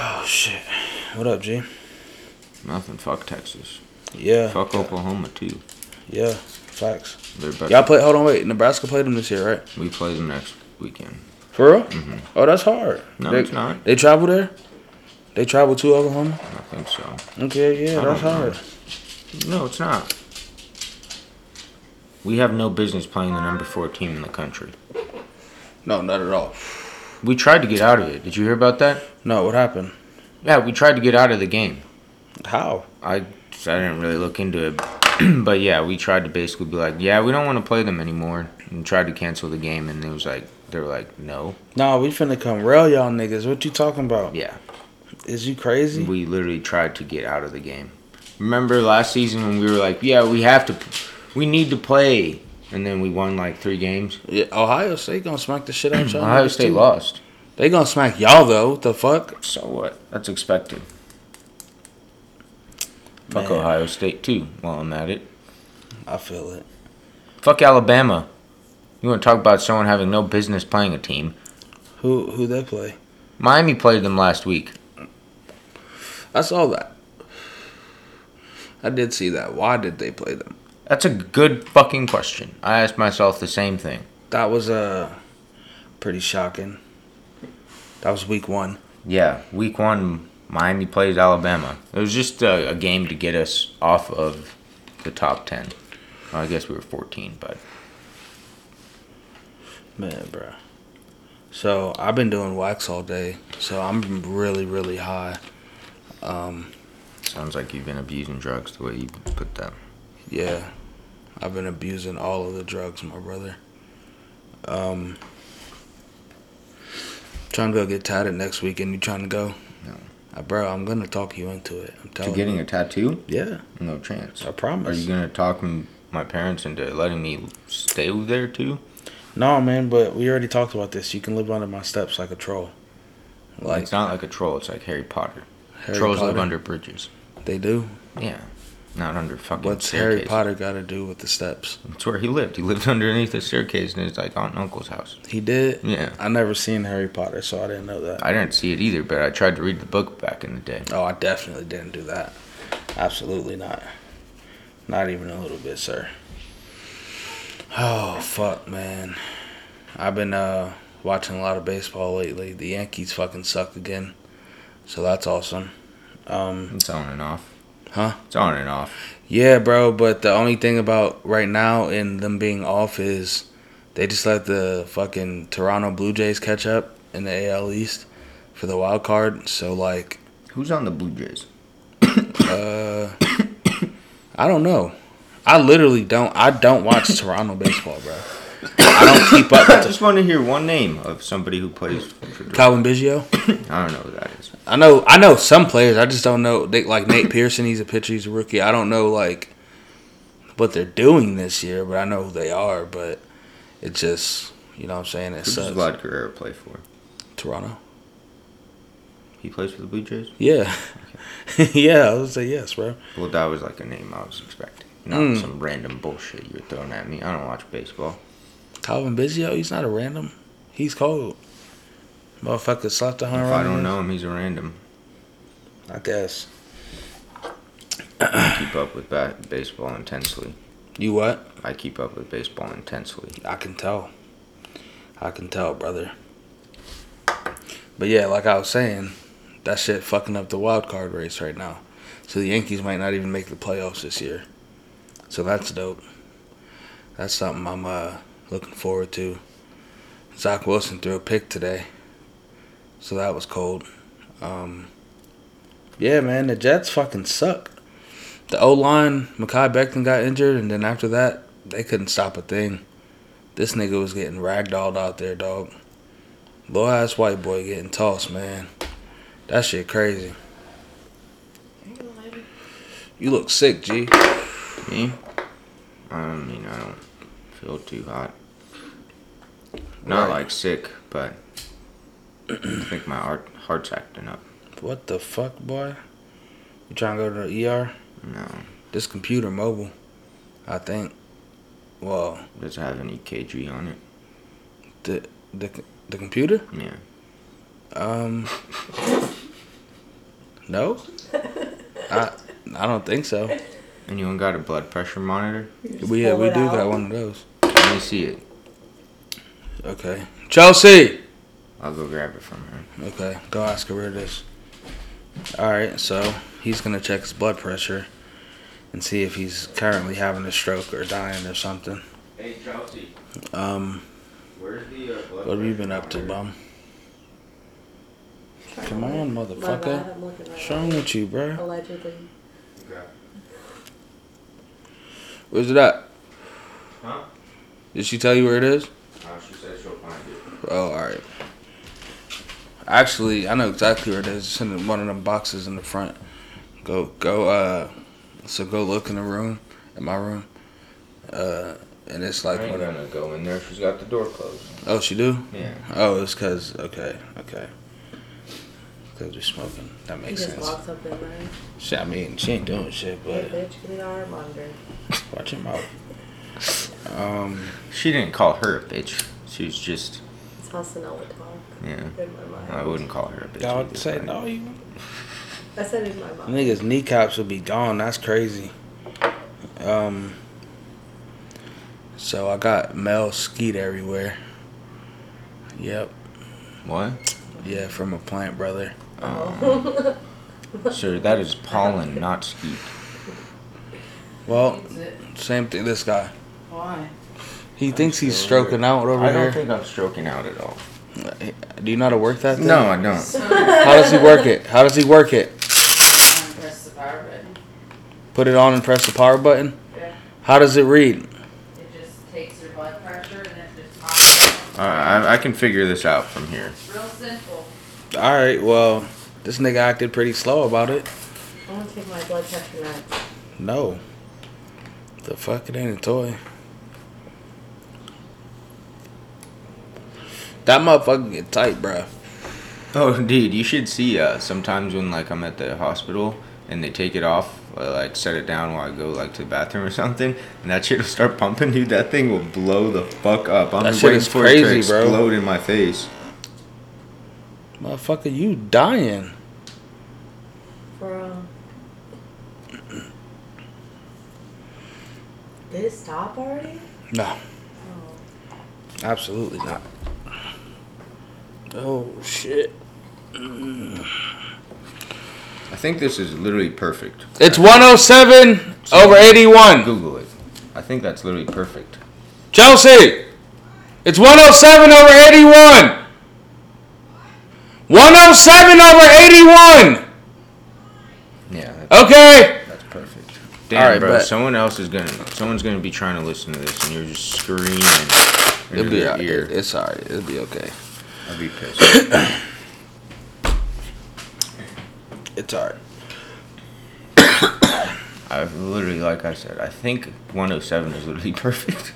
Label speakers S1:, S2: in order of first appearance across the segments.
S1: Oh, shit. What up, G?
S2: Nothing. Fuck Texas.
S1: Yeah.
S2: Fuck Oklahoma too.
S1: Yeah. Facts.
S2: They're better.
S1: Y'all play. Hold on, wait. Nebraska played them this year, right?
S2: We play them next weekend.
S1: For real? Oh, that's hard.
S2: Mm-hmm. No,
S1: they,
S2: it's not.
S1: They travel there. They travel to Oklahoma.
S2: I think so.
S1: Okay, yeah,
S2: I
S1: that's
S2: don't know.
S1: hard.
S2: No, it's not. We have no business playing the number four team in the country.
S1: No, not at all.
S2: We tried to get out of it. Did you hear about that?
S1: No, what happened?
S2: Yeah, we tried to get out of the game.
S1: How?
S2: I I didn't really look into it, but yeah, we tried to basically be like, yeah, we don't want to play them anymore, and tried to cancel the game, and it was like they were like, no,
S1: No, we finna come rail y'all niggas. What you talking about?
S2: yeah,
S1: Is you crazy?
S2: we literally tried to get out of the game. Remember last season when we were like, yeah, we have to, we need to play, and then we won like three games.
S1: Yeah, Ohio State gonna smack the shit out y'all.
S2: Ohio
S1: niggas,
S2: State
S1: too.
S2: lost.
S1: They gonna smack y'all though. What the fuck?
S2: So what? That's expected. Fuck
S1: Man.
S2: Ohio State too. While I'm at it,
S1: I feel it.
S2: fuck Alabama. You want to talk about someone having no business playing a team?
S1: Who who they play?
S2: Miami played them last week.
S1: I saw that. I did see that. Why did they play them?
S2: That's a good fucking question. I asked myself the same thing.
S1: That was uh pretty shocking. That was week one.
S2: Yeah, week one, Miami plays Alabama. It was just a, a game to get us off of the top 10. Well, I guess we were 14, but
S1: Man, bruh. So I've been doing wax all day, so I'm really, really high. Um,
S2: sounds like you've been abusing drugs the way you put that.
S1: yeah, I've been abusing all of the drugs, my brother. Um, trying to go get tatted next weekend. You trying to go?
S2: No.
S1: Uh, bro, I'm gonna talk you into it. I'm telling
S2: To getting a tattoo?
S1: you. Yeah,
S2: No chance.
S1: I promise.
S2: Are you going to talk m- my parents into letting me stay there too?
S1: No, man, but we already talked about this. You can live under my steps like a troll.
S2: Like,
S1: Like
S2: it's not like a troll, it's like Harry Potter.
S1: Harry
S2: Trolls
S1: Potter.
S2: live under bridges.
S1: They do.
S2: Yeah. Not under fucking
S1: What's Harry
S2: staircase.
S1: Potter got to do with the steps?
S2: That's where he lived. He lived underneath a staircase in his like aunt and uncle's house.
S1: He did.
S2: Yeah.
S1: I never seen Harry Potter, so I didn't know that.
S2: I didn't see it either, but I tried to read the book back in the day.
S1: Oh, I definitely didn't do that. Absolutely not. Not even a little bit, sir. Oh fuck, man. I've been uh watching a lot of baseball lately. The Yankees fucking suck again. So that's awesome. Um
S2: It's on and off.
S1: Huh?
S2: It's on and off.
S1: yeah, bro, but the only thing about right now and them being off is they just let the fucking Toronto Blue Jays catch up in the AL East for the wild card. So like
S2: Who's on the Blue Jays?
S1: Uh, I don't know. I literally don't. I don't watch Toronto baseball, bro. I don't keep up
S2: I
S1: with
S2: just want to hear one name of somebody who plays for
S1: the Calvin Biggio.
S2: I don't know who that is.
S1: I know. I know some players. I just don't know. They, like Nate Pearson, he's a pitcher. He's a rookie. I don't know like what they're doing this year, but I know who they are. But it just, you know, what I'm saying it
S2: Who
S1: sucks.
S2: does Vlad Guerrero play for?
S1: Toronto.
S2: He plays for the Blue Jays?
S1: Yeah. yeah, I would say yes, bro.
S2: Well, that was like a name I was expecting. Not
S1: Mm.
S2: some random bullshit you were throwing at me. I don't watch baseball.
S1: Calvin Biggio, he's not a random. He's cold. Motherfucker slapped a
S2: If
S1: hundred.
S2: I
S1: around
S2: don't
S1: him.
S2: know him, he's a random.
S1: I guess.
S2: I keep up with ba- baseball intensely.
S1: You what?
S2: I keep up with baseball intensely.
S1: I can tell. I can tell, brother. But yeah, like I was saying, that shit fucking up the wild card race right now. So the Yankees might not even make the playoffs this year. So that's dope. That's something I'm uh, looking forward to. Zach Wilson threw a pick today. So that was cold. Um, yeah, man, the Jets fucking suck. The O line, Makai Beckton got injured, and then after that, they couldn't stop a thing. This nigga was getting ragdolled out there, dog. Low ass white boy getting tossed, man. That shit crazy. You look sick, G.
S2: Me? I mean, I don't feel too hot. Not
S1: Right.
S2: like sick, but I think my heart, heart's acting up.
S1: What the fuck, boy? You trying to go to the ER?
S2: No,
S1: This computer mobile, I think. Well,
S2: does it have any KG on it?
S1: the the the computer.
S2: Yeah.
S1: Um, No? I I don't think so.
S2: Anyone got a blood pressure monitor?
S1: We yeah, we do got one of those.
S2: Let me see it.
S1: Okay. Chelsea.
S2: I'll go grab it from her.
S1: Okay, go ask her where it is. All right, so he's gonna check his blood pressure and see if he's currently having a stroke or dying or something.
S2: Hey Chelsea,
S1: Um,
S2: where's the uh, blood
S1: what have you been up to, bum? Come on,
S3: My bad,
S1: motherfucker.
S3: I'm looking at
S1: What's wrong with you,
S3: it.
S1: bro?
S3: Allegedly.
S1: Where's it at?
S2: Huh?
S1: Did she tell you where it is?
S2: uh, she said she'll find it.
S1: Oh, all right. Actually, I know exactly where it is. It's in one of them boxes in the front. Go, go. Uh, so go look in the room, in my room. Uh, and it's like
S2: I ain't
S1: whatever.
S2: gonna go in there. She's got the door closed.
S1: Oh, she do?
S2: Yeah.
S1: Oh, it's cause okay, okay. Cause we're smoking. That
S3: He
S1: makes
S3: just
S1: sense.
S3: walks up in line.
S1: She, I mean, she ain't doing shit,
S3: Hey,
S1: but
S3: bitch, give me the arm under.
S1: watch your mouth. Um,
S2: She didn't call her a bitch. She was just
S3: It's how Sonella talk.
S2: yeah.
S3: In my mind.
S2: I wouldn't call her a bitch.
S1: y'all
S2: either,
S1: say
S2: but-
S1: no. You
S3: I said in my mind.
S1: niggas kneecaps would be gone. That's crazy. Um. So I got Mel skeet everywhere. Yep.
S2: What?
S1: Yeah, from a plant brother.
S3: Oh.
S2: Sir, that is pollen, not skeet.
S1: Well,
S4: That's it.
S1: same thing. This guy.
S4: Why?
S1: He thinks he's
S2: so
S1: stroking
S2: weird.
S1: out over
S2: I don't
S1: here.
S2: think I'm stroking out at all.
S1: Do you know how to work that? Thing?
S2: No, I don't.
S4: So, I
S1: How does he work it? How does he work it?
S4: press the power button.
S1: Put it on and press the power button?
S4: Yeah.
S1: How does it read?
S4: It just takes your blood pressure and it just pops
S2: Uh, I, I can figure this out from here.
S4: up. Real simple.
S1: All right, well, this nigga acted pretty slow about it.
S3: I'm gonna take my blood pressure next.
S1: No. The fuck, it ain't a toy. That motherfucker get tight, bruh.
S2: Oh, dude, you should see. Uh, sometimes when like I'm at the hospital and they take it off, uh, like set it down while I go like to the bathroom or something, and that shit will start pumping, dude. That thing will blow the fuck up. I'm
S1: That
S2: just
S1: shit
S2: waiting
S1: is
S2: for it to
S1: crazy, bro.
S2: explode in my face.
S1: Motherfucker, you dying.
S3: For um. Did it stop already?
S1: No,
S3: Oh.
S1: absolutely not. Oh, shit.
S2: I think this is literally perfect.
S1: It's 107 over 81.
S2: Google it. I think that's literally perfect.
S1: Chelsea, it's 107 over 81. 107 over 81.
S2: Yeah, that's,
S1: Okay.
S2: that's perfect.
S1: All
S2: Damn,
S1: right,
S2: bro.
S1: but-
S2: Someone else is gonna, someone's gonna be trying to listen to this, and you're just screaming into
S1: It'll be
S2: their
S1: all-
S2: ear.
S1: It's alright. It'll be okay.
S2: I'd be pissed.
S1: It's alright.
S2: I literally, like I said, I think 107 is literally perfect.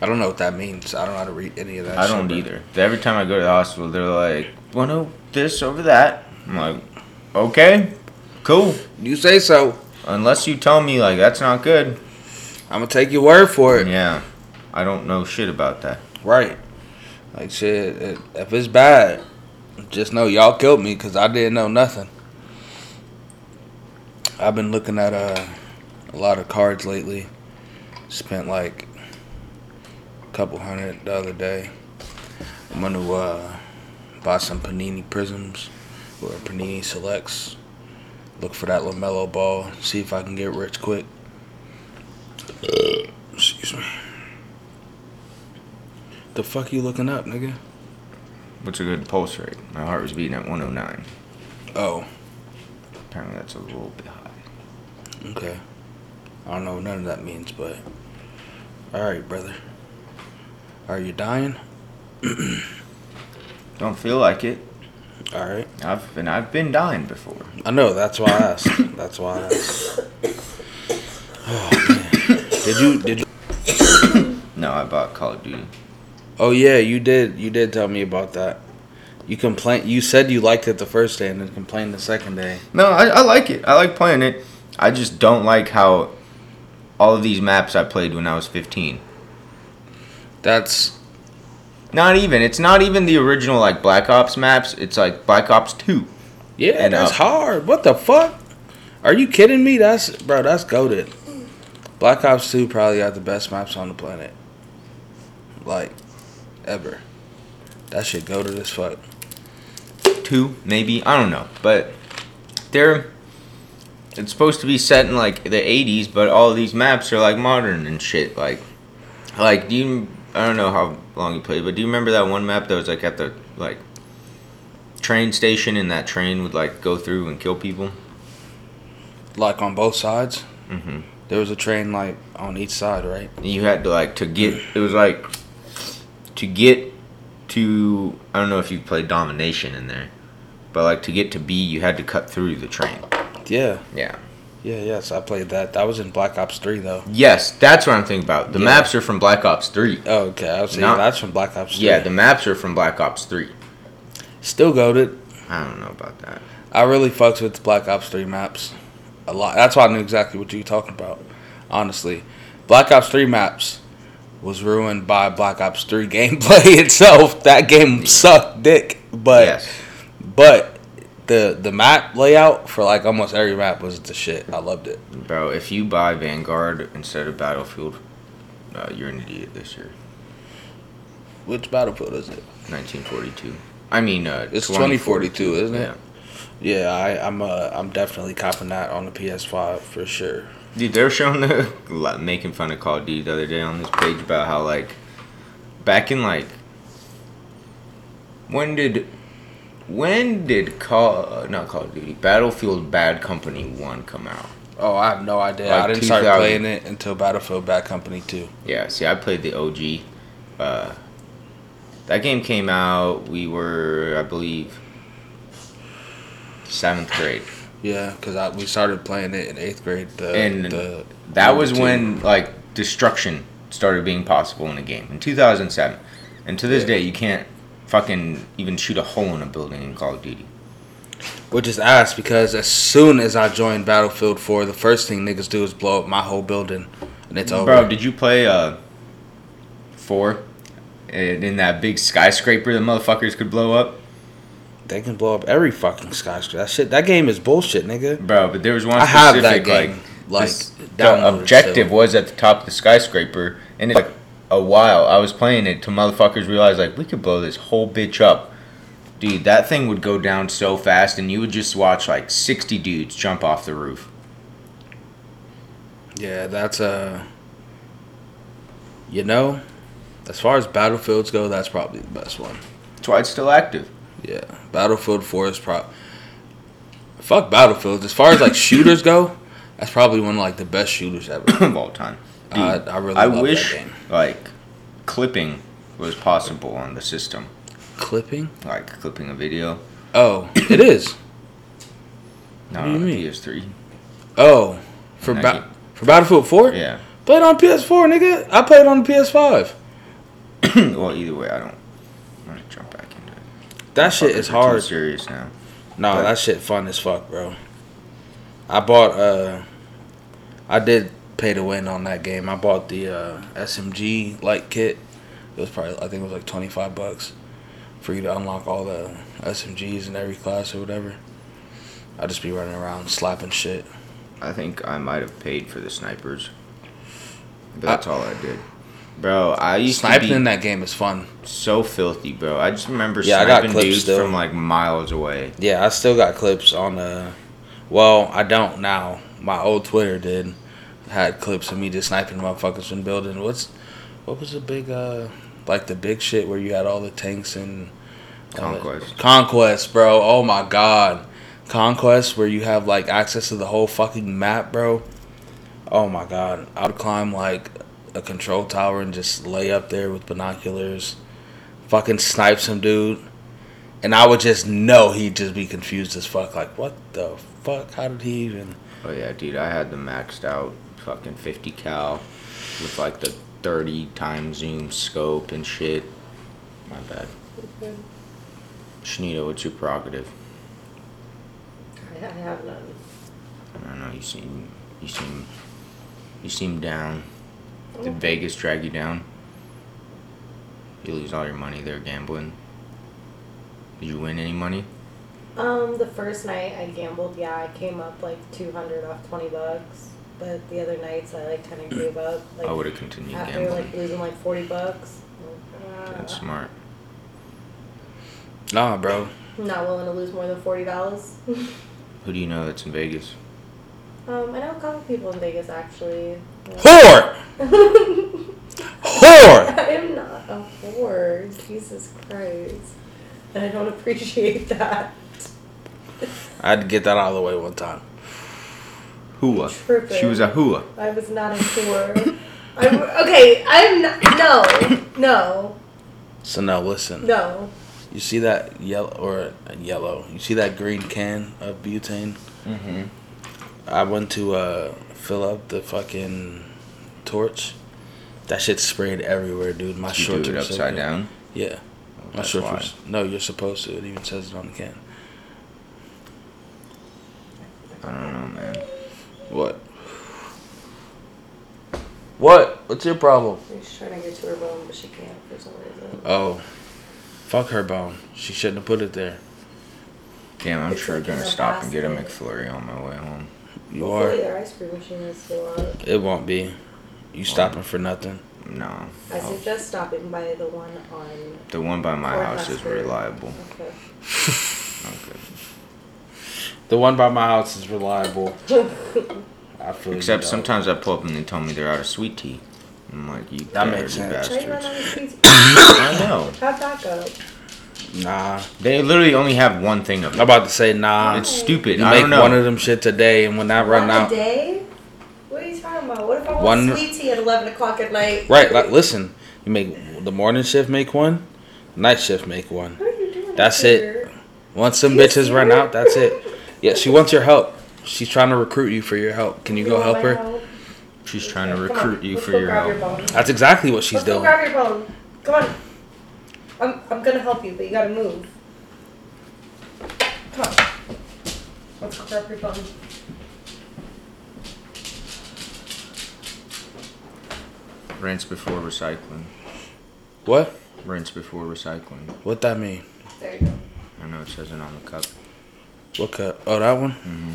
S1: I don't know what that means. I don't know how to read any of that.
S2: I
S1: shit,
S2: don't
S1: bro.
S2: either. Every time I go to the hospital, they're like, "Want to this over that?" I'm like, "Okay, cool."
S1: You say so.
S2: Unless you tell me like that's not good.
S1: I'm gonna take your word for it.
S2: Yeah, I don't know shit about that.
S1: Right. Like shit. It, if it's bad, just know y'all killed me because I didn't know nothing. I've been looking at uh, a lot of cards lately. Spent like a couple hundred the other day. I'm gonna uh, buy some Panini Prisms or Panini Selects. Look for that Lamelo ball. See if I can get rich quick. Excuse me. The fuck you looking up, nigga?
S2: What's a good pulse rate? My heart was beating at 109.
S1: Oh,
S2: Apparently, that's a little bit high.
S1: okay. I don't know what none of that means, but alright, brother. Are you dying?
S2: Don't feel like it.
S1: Alright.
S2: I've and I've been dying before.
S1: I know, that's why I asked. That's why I asked. Oh man. Did you did you
S2: No, I bought Call of Duty.
S1: Oh yeah, you did you did tell me about that. You complained you said you liked it the first day and then complained the second day.
S2: No, I, I like it. I like playing it. I just don't like how all of these maps I played when I was 15.
S1: That's
S2: Not even. It's not even the original like Black Ops maps. It's like Black Ops 2.
S1: Yeah,
S2: And uh,
S1: that's
S2: up.
S1: hard. What the fuck? Are you kidding me? That's bro. That's goaded. Black Ops Two probably got the best maps on the planet, like ever. That shit goaded as fuck.
S2: two, maybe I don't know, but they're it's supposed to be set in like the '80s, but all these maps are like modern and shit. Like, like do you? I don't know how long you played, but do you remember that one map that was like at the like train station and that train would like go through and kill people?
S1: Like on both sides,
S2: hmm
S1: there was a train like on each side, right?
S2: You had to like to get. It was like to get to. I don't know if you played domination in there, but like to get to B, you had to cut through the train.
S1: Yeah,
S2: Yeah.
S1: yeah, yes. I played that. That was in Black Ops Three though.
S2: Yes, that's what I'm thinking about. The
S1: Yeah.
S2: maps are from Black Ops 3.
S1: Oh, okay, I was saying
S2: Not-
S1: that's from Black Ops. 3.
S2: Yeah, the maps are from Black Ops 3.
S1: still goaded.
S2: I don't know about that.
S1: I really fucks with Black Ops 3 maps a lot. That's why I knew exactly what you were talking about, honestly. Black Ops 3 maps was ruined by Black Ops 3 gameplay itself. That game sucked dick. But
S2: yes.
S1: but the the map layout for like almost every map was the shit. I loved it.
S2: Bro, if you buy Vanguard instead of Battlefield, uh, you're an idiot this year.
S1: Which battlefield is it?
S2: 1942. I mean, uh,
S1: It's 2042, isn't it?
S2: Yeah.
S1: Yeah, I, I'm uh, I'm definitely copping that on the PS5 for sure.
S2: Dude, they were showing the like, making fun of Call of Duty the other day on this page about how like back in like when did when did Call uh, not Call of Duty Battlefield Bad Company One come out?
S1: Oh, I have no idea. I
S2: Like
S1: didn't start
S2: 2000.
S1: playing it until Battlefield Bad Company 2.
S2: Yeah, see, I played the OG. Uh, that game came out. We were, I believe, seventh grade.
S1: Yeah, because I we started playing it in eighth grade. The,
S2: And
S1: the
S2: That was
S1: two.
S2: when like destruction started being possible in a game in 2007. And to this
S1: Yeah.
S2: day, you can't fucking even shoot a hole in a building in Call of Duty.
S1: which is ass because as soon as I joined Battlefield Four, the first thing niggas do is blow up my whole building, and it's over.
S2: Bro, did you play uh four? And in that big skyscraper, the motherfuckers could blow up,
S1: they can blow up every fucking skyscraper. That shit, that game is bullshit, nigga.
S2: bro. But there was one
S1: I have
S2: specific
S1: that
S2: like
S1: game. Like,
S2: This- the
S1: downloaded
S2: objective
S1: still.
S2: was at the top of the skyscraper, and it, like a while I was playing it till motherfuckers realized like we could blow this whole bitch up. Dude, that thing would go down so fast, and you would just watch like sixty dudes jump off the roof.
S1: Yeah, that's uh, you know, as far as battlefields go, that's probably the best one.
S2: That's why it's still active.
S1: Yeah, Battlefield Four is prob. Fuck Battlefields. As far as like shooters go, that's probably one of like the best shooters ever.
S2: of all time. Dude,
S1: I- Uh, I really love that
S2: wish
S1: game.
S2: like clipping was possible on the system,
S1: Clipping.
S2: like clipping a video.
S1: Oh, it is.
S2: Not
S1: do you
S2: on
S1: mean?
S2: PS3.
S1: Oh, for
S2: Not
S1: ba- for Battlefield Four.
S2: Yeah.
S1: Play it on PS4, nigga. I played on the PS5.
S2: well, either way, I don't want to jump back into it.
S1: That shit
S2: Fuckers
S1: is
S2: are too
S1: hard.
S2: serious now.
S1: No, that shit fun as fuck, bro. I bought uh, I did pay to win on that game. I bought the uh, SMG light kit. It was probably I think it was like twenty five bucks for you to unlock all the SMGs in every class or whatever. I'd just be running around slapping shit.
S2: I think I might have paid for the snipers, but that's all I did. Bro, I used
S1: Uh, Sniping
S2: to
S1: in
S2: be
S1: that game is fun.
S2: so filthy, bro. I just remember
S1: Yeah, I got
S2: sniping
S1: clips
S2: dudes
S1: still.
S2: from like miles away.
S1: Yeah, I still got clips on uh well, I don't now. My old Twitter did had clips of me just sniping motherfuckers from building. What's what was the big uh like the big shit where you had all the tanks and all that-
S2: Conquest.
S1: Conquest, bro. Oh my god. Conquest where you have like access to the whole fucking map, bro. Oh my god. I would climb like a control tower and just lay up there with binoculars, fucking snipe some dude. And I would just know he'd just be confused as fuck. Like, what the fuck? How did he even?
S2: Oh yeah, dude, I had the maxed out fucking 50 cal with like the 30 time zoom scope and shit. My bad.
S3: Okay.
S2: Shanita, what's your prerogative?
S3: I, I have none.
S2: I don't know. You seem, you seem, you seem down. Did Vegas drag you down? You lose all your money there gambling. Did you win any money?
S3: Um, the first night I gambled, yeah, I came up like 200 off 20 bucks. But the other nights I like kind of gave up. Like,
S2: I would have continued
S3: after
S2: gambling.
S3: like losing like 40 bucks. uh,
S2: That's smart.
S1: Nah, bro.
S3: I'm not willing to lose more than $40.
S2: Who do you know that's in Vegas?
S3: um, I know a couple people in Vegas actually.
S1: Whore! Whore!
S3: I am not a whore. Jesus Christ. And I don't appreciate that.
S1: I had to get that out of the way one time.
S2: Hua.
S3: Tripping.
S2: She was a hua.
S3: I was not a whore. I'm, okay, I'm not. No, no,
S1: So now listen.
S3: no.
S1: You see that yellow or uh, yellow? You see that green can of butane?
S2: Mm-hmm.
S1: I went to uh, fill up the fucking torch. That shit sprayed everywhere, dude. My
S2: You
S1: shorts
S2: do it
S1: were so
S2: upside
S1: good.
S2: down.
S1: Yeah, my
S2: That's
S1: shorts.
S2: why.
S1: Were, no, you're supposed to. It even says it on the can.
S2: I don't know, man.
S1: What? What? What's your problem?
S3: She's trying to get to her room, but she can't for some reason.
S1: Oh, fuck her bone. She shouldn't have put it there.
S2: Damn, I'm
S3: It's
S2: sure
S3: like
S2: gonna
S3: in a
S2: stop and get a
S3: basket.
S2: McFlurry on my way home.
S1: You
S3: Hopefully
S1: are.
S3: their ice cream machine is still out.
S1: It won't be. You stopping for nothing.
S2: No.
S3: I
S2: I'll-
S3: suggest stopping by the one on.
S2: The one by my
S3: Or
S2: house is
S3: Hester.
S2: reliable.
S3: Okay.
S2: Okay.
S1: The one by my house is reliable. I feel you
S2: Except
S1: though.
S2: sometimes I pull up and they tell me they're out of sweet tea. I'm like, you
S1: That makes
S2: dirty
S1: sense.
S3: Try to run
S2: bastards.
S3: out of sweets.
S2: I know.
S3: Have backup.
S1: Nah.
S2: They literally only have one thing of
S1: I'm
S2: it.
S1: about to say nah.
S2: It's stupid.
S1: You
S2: I
S1: make
S2: don't know.
S1: one of them shit today, and when I run
S3: Not
S1: out,
S3: a day? What are you talking about? What if I want
S1: One-
S3: sweet tea at 11 o'clock at night?
S1: right? Like, listen, you make the morning shift, make one, night shift, make one.
S3: What are you doing?
S1: That's
S3: up
S1: it.
S3: here?
S1: Once some
S3: You
S1: bitches run
S3: serious?
S1: out, that's it. Yeah, she wants your help. She's trying to recruit you for your help. Can you go
S3: want
S1: help
S3: my
S1: her?
S3: help?
S2: She's trying to
S3: Come on,
S2: recruit you
S3: let's
S2: for
S3: go
S2: your
S3: grab
S2: help.
S3: phone.
S1: That's exactly what she's
S3: Let's go
S1: doing.
S3: grab your phone. Come on. I'm, I'm gonna help you, but you gotta move. Come on. Let's go grab your phone.
S2: Rinse before recycling.
S1: What?
S2: Rinse before recycling.
S1: What that mean?
S3: There you go.
S2: I know it says it on the cup.
S1: What cup? Oh, that one.
S2: hmm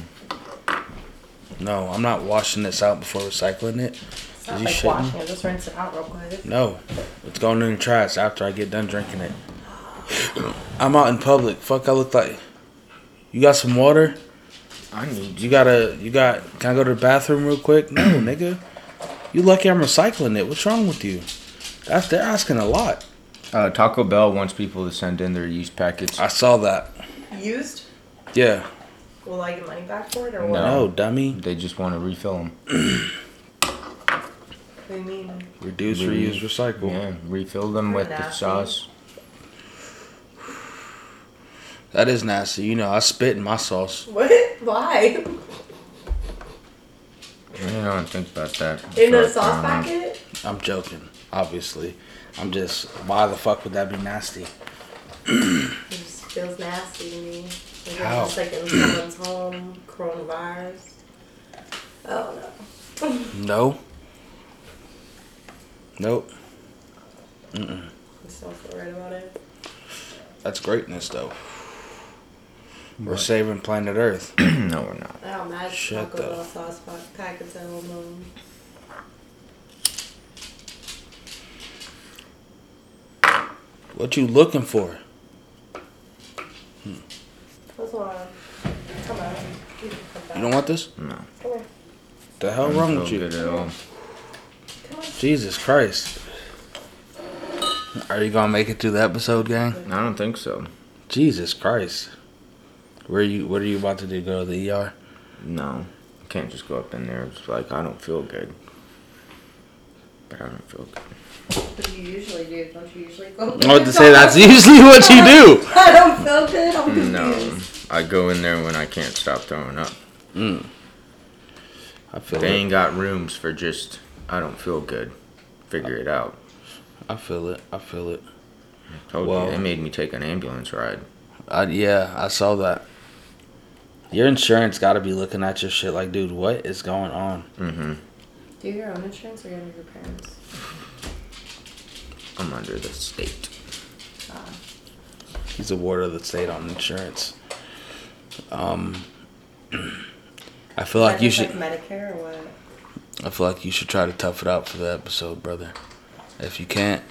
S1: No, I'm not washing this out before recycling it.
S3: It's
S1: Is
S3: not
S1: he
S3: like
S1: shitting?
S3: washing it, just rinse it out real quick.
S1: No, it's going in the trash after I get done drinking it. I'm out in public. Fuck, I look like. You got some water?
S2: I need
S1: You gotta. You got. Can I go to the bathroom real quick? No, nigga. You lucky I'm recycling it. What's wrong with you? That's they're asking a lot.
S2: Uh, Taco Bell wants people to send in their used packets.
S1: I saw that.
S3: Used?
S1: Yeah.
S3: Will I get money back for it or
S2: No.
S3: what?
S1: No, dummy.
S2: They just want to refill them.
S3: What do you mean?
S1: Reduce,
S2: Re-
S1: reuse, recycle.
S2: Yeah, refill them
S3: Kinda
S2: with the
S3: nasty.
S2: sauce.
S1: That is nasty. You know, I spit in my sauce.
S3: What? Why?
S2: I didn't know and think about that.
S3: In
S2: But,
S3: a sauce
S2: um,
S3: packet?
S1: I'm joking, obviously. I'm just. Why the fuck would that be nasty?
S3: It just feels nasty to me. Like
S1: How?
S3: It's just like in someone's home, coronavirus. Oh no.
S1: No. Nope.
S3: I just don't feel right about it.
S1: That's greatness, though. We're
S2: What?
S1: saving planet Earth.
S2: no, we're not.
S3: I don't imagine
S1: Shut
S3: Taco
S1: the-
S3: Bell sauce pa- packets at home. um,
S1: What you looking for?
S3: That's why. Come on. You can come back.
S1: You don't want this?
S2: No.
S3: Come here.
S1: The hell
S2: I don't
S1: wrong
S2: feel
S1: with you?
S2: Good at all.
S3: Come on.
S1: Jesus Christ. Are you gonna make it through the episode, gang?
S2: I don't think so.
S1: Jesus Christ. Where you? What are you about to do? Go to the ER?
S2: No. I can't just go up in there. It's like, I don't feel good. But I don't feel good.
S3: What do you usually do? Don't you usually go?
S1: I want to say that's usually what you do.
S3: I don't feel good. I'm
S2: No.
S3: confused.
S2: I go in there when I can't stop throwing up.
S1: Mm. I feel
S2: They
S1: it.
S2: ain't got rooms for just, I don't feel good. Figure it out.
S1: I feel it. I feel it.
S2: Told
S1: Well-
S2: you, they made me take an ambulance ride.
S1: I, yeah, I saw that. Your insurance got to be looking at your shit like, dude, what is going on?
S2: Mm-hmm.
S3: Do you have your own insurance or you have your parents?
S2: I'm under the state.
S1: He's a ward of the state on insurance. Um, I feel like you should.
S5: Medicare or what?
S1: I feel like you should try to tough it out for the episode, brother. If you can't,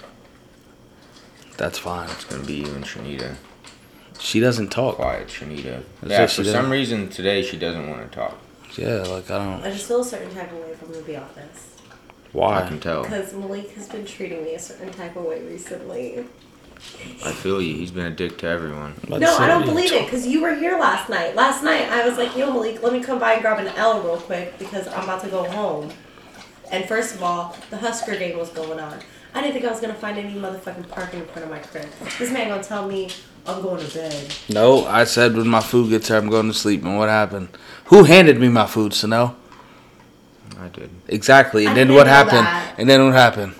S1: that's fine.
S2: It's gonna be you and Shanita.
S1: She doesn't talk.
S2: Quiet, Shanita.
S1: Is
S2: Yeah,
S1: that she
S2: for some
S1: doesn't-
S2: reason today she doesn't want to talk.
S1: Yeah, like I
S3: I
S1: don't.
S3: just feel a certain type of way from the office
S2: I can
S1: Why?
S2: tell.
S3: because Malik has been treating me a certain type of way recently.
S2: I feel you. He's been a dick to everyone.
S3: No, I don't believe it because you were here last night. Last night I was like, yo, Malik, let me come by and grab an L real quick because I'm about to go home. And first of all, the Husker game was going on. I didn't think I was gonna find any motherfucking parking in front of my crib. This man gonna tell me I'm going to bed.
S1: No, I said when my food gets here, I'm going to sleep. And what happened? Who handed me my food, Sano?
S2: I did.
S1: Exactly. And
S3: I
S1: then
S3: didn't
S1: what
S3: know
S1: happened?
S3: that.
S1: And then what happened?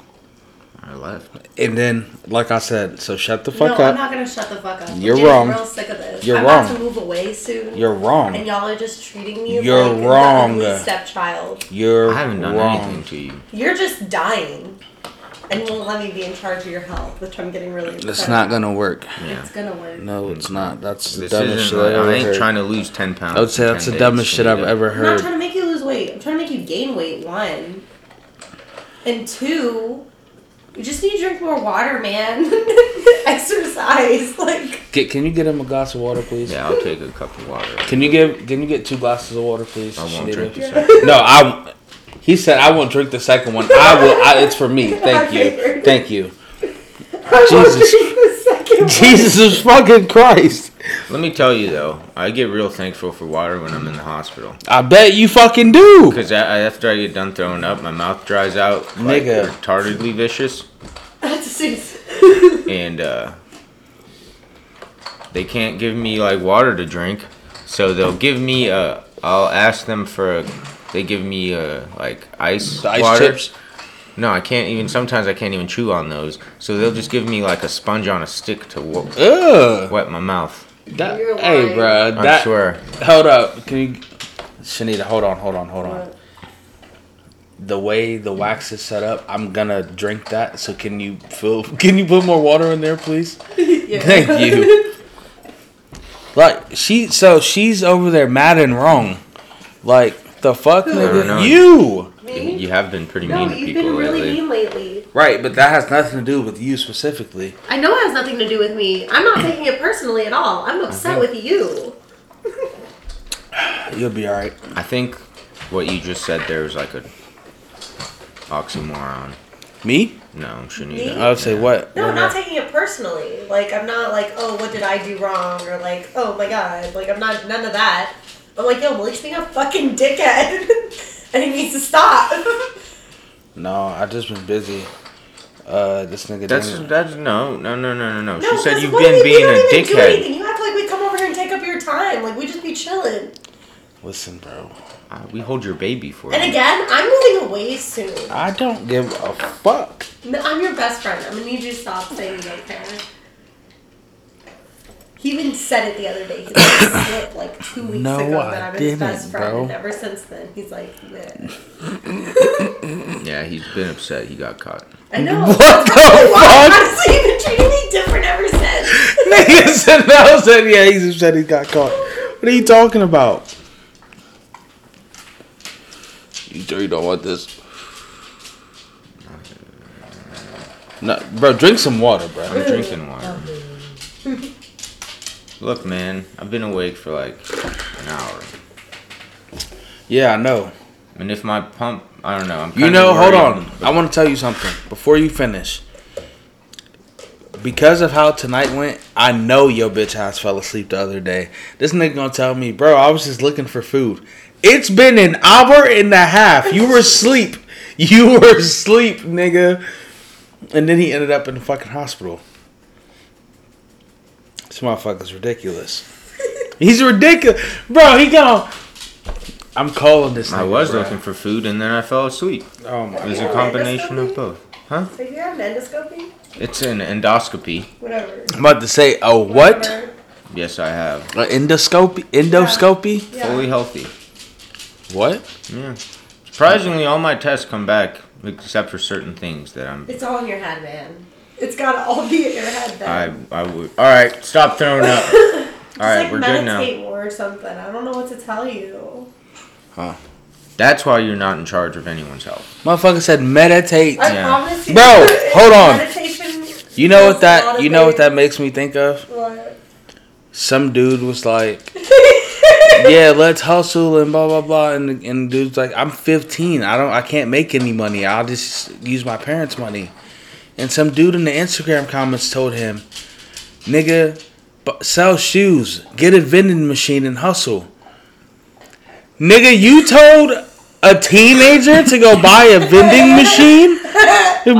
S2: I left.
S1: And then, like I said, so shut the
S3: no,
S1: fuck
S3: I'm
S1: up.
S3: not gonna shut the fuck up. I'm
S1: You're
S3: getting
S1: wrong.
S3: Real sick of this.
S1: You're
S3: I'm
S1: wrong.
S3: about to move away soon.
S1: You're
S3: and
S1: wrong.
S3: y'all are just treating me
S1: You're
S3: like
S1: wrong.
S3: an ugly stepchild.
S1: You're
S2: I haven't done
S1: wrong.
S2: anything to you.
S3: You're just dying, and won't let me be in charge of your health, which I'm getting really.
S1: It's
S3: upset
S1: not
S3: about.
S1: gonna work.
S2: Yeah.
S3: It's gonna work.
S1: No, it's not. That's the
S2: Hmm. This
S1: dumbest
S2: isn't.
S1: shit I
S2: Like,
S1: ever
S2: I ain't
S1: heard.
S2: trying to lose ten pounds.
S1: I would say
S2: in
S1: that's
S2: 10
S1: the
S2: days,
S1: dumbest shit I've
S2: Shanita.
S1: ever
S3: I'm not
S1: heard.
S3: trying to make you lose weight. I'm trying to make you gain weight. One, and two. You just need to drink more water, man. Exercise, like.
S1: Get, can you get him a glass of water, please?
S2: Yeah, I'll take a cup of water.
S1: Can you give? Can you get two glasses of water, please?
S2: I won't
S1: Shanita?
S2: drink this.
S1: No, I. He said I won't drink the second one. I will. I, it's for me. Thank you. Thank you. Jesus. Jesus is fucking Christ.
S2: Let me tell you though, I get real thankful for water when I'm in the hospital.
S1: I bet you fucking do.
S2: Because after I get done throwing up, my mouth dries out like
S1: Nigga.
S2: retardedly vicious,
S3: That's
S2: and uh, they can't give me like water to drink. So they'll give me uh, I'll ask them for a, they give me uh, like ice,
S1: The ice
S2: water.
S1: chips.
S2: No, I can't even. Sometimes I can't even chew on those. So they'll just give me like a sponge on a stick to w-
S1: Ugh.
S2: wet my mouth.
S1: That,
S5: You're
S1: hey,
S5: lying.
S1: bro.
S2: I
S1: That.
S2: swear.
S1: Hold up. Can you, Shanita? Hold on. Hold on. Hold on. The way the wax is set up, I'm gonna drink that. So can you fill? Can you put more water in there, please? Thank you. Like she, so she's over there mad and wrong. Like the fuck,
S2: don't know.
S1: nigga, you.
S3: Me?
S2: You have been pretty
S3: No,
S2: mean to
S3: you've
S2: people
S3: been really
S2: lately.
S3: mean lately.
S1: Right, but that has nothing to do with you specifically.
S3: I know it has nothing to do with me. I'm not taking it personally at all. I'm upset with you.
S1: You'll be all right.
S2: I think what you just said there was like a oxymoron.
S1: Me?
S2: No,
S3: Me?
S2: Shanita.
S1: I would say what?
S3: No,
S1: What
S3: I'm not
S1: about-
S3: taking it personally. Like I'm not like, oh, what did I do wrong, or like, oh my god, like I'm not none of that. I'm like, yo, Malik's being a fucking dickhead, and he needs to stop.
S1: no, I just been busy. Uh, this nigga.
S2: That's
S1: didn't-
S2: that's no no no no no no.
S3: No,
S2: She said
S3: 'cause
S2: you've
S3: what do
S2: been
S3: we- we
S2: being
S3: don't
S2: a
S3: even do
S2: dickhead.
S3: anything. You act like we come over here and take up your time. Like we just be chilling.
S1: listen, bro.
S2: Uh, we hold your baby for
S3: And
S2: you.
S3: again, I'm moving away soon.
S1: I don't give a fuck.
S3: No, I'm your best friend. I'm gonna need you to stop saying you don't care. He even said it the other day. He like, slipped like two weeks
S1: No,
S3: ago
S1: I
S3: that I'm his
S1: didn't,
S3: best friend,
S1: bro.
S3: and ever since then he's like, "Meh."
S2: Yeah, he's been upset. He got caught.
S3: I know.
S1: What the
S3: Why?
S1: fuck?
S3: Honestly, you've been treating me different ever since.
S1: Nigga said no. Said yeah. He's upset he got caught. What are you talking about? You sure you don't want this? No, bro. Drink some water, bro.
S2: I'm drinking water.
S3: Oh,
S2: Look, man, I've been awake for like an hour.
S1: Yeah, I know.
S2: And if my pump, I don't know. I'm
S1: You
S2: kinda
S1: know. Hold
S2: worried.
S1: on. I want to tell you something before you finish. Because of how tonight went, I know your bitch ass fell asleep the other day. This nigga gonna tell me, bro, I was just looking for food. It's been an hour and a half. You were asleep. You were asleep, nigga. And then he ended up in the fucking hospital. This motherfucker's ridiculous. He's ridiculous. Bro, he gonna. I'm calling this
S2: I
S1: nigga,
S2: was
S1: bro.
S2: looking for food and then I fell asleep.
S1: Oh my
S2: It was a
S3: Yeah,
S2: combination
S3: endoscopy?
S2: of both. Huh?
S3: Are you having endoscopy?
S2: It's an endoscopy.
S3: Whatever.
S1: I'm about to say a what?
S3: Whatever.
S2: Yes, I have.
S1: A endoscopy? Endoscopy?
S3: Yeah.
S2: Fully healthy.
S1: What?
S2: Yeah. Surprisingly, all my tests come back except for certain things that I'm.
S3: It's all in your head, man. It's gotta all be in your head. Then.
S2: I I would. All right, stop throwing up. All right,
S3: like
S2: we're good now.
S3: meditate more or something. I don't know what to tell you.
S1: Huh.
S2: That's why you're not in charge of anyone's health.
S1: Motherfucker said meditate.
S3: I
S2: Yeah.
S3: promise you.
S1: Bro, hold on.
S3: Meditation.
S1: You know
S3: is
S1: what
S3: not
S1: that?
S3: a
S1: You know what
S3: thing.
S1: that makes me think of?
S3: What?
S1: Some dude was like, "Yeah, let's hustle and blah blah blah," and the- and the dude's like, "I'm 15. I don't. I can't make any money. I'll just use my parents' money." And some dude in the Instagram comments told him, "Nigga, bu- sell shoes. Get a vending machine and hustle." Nigga, you told a teenager to go buy a vending machine,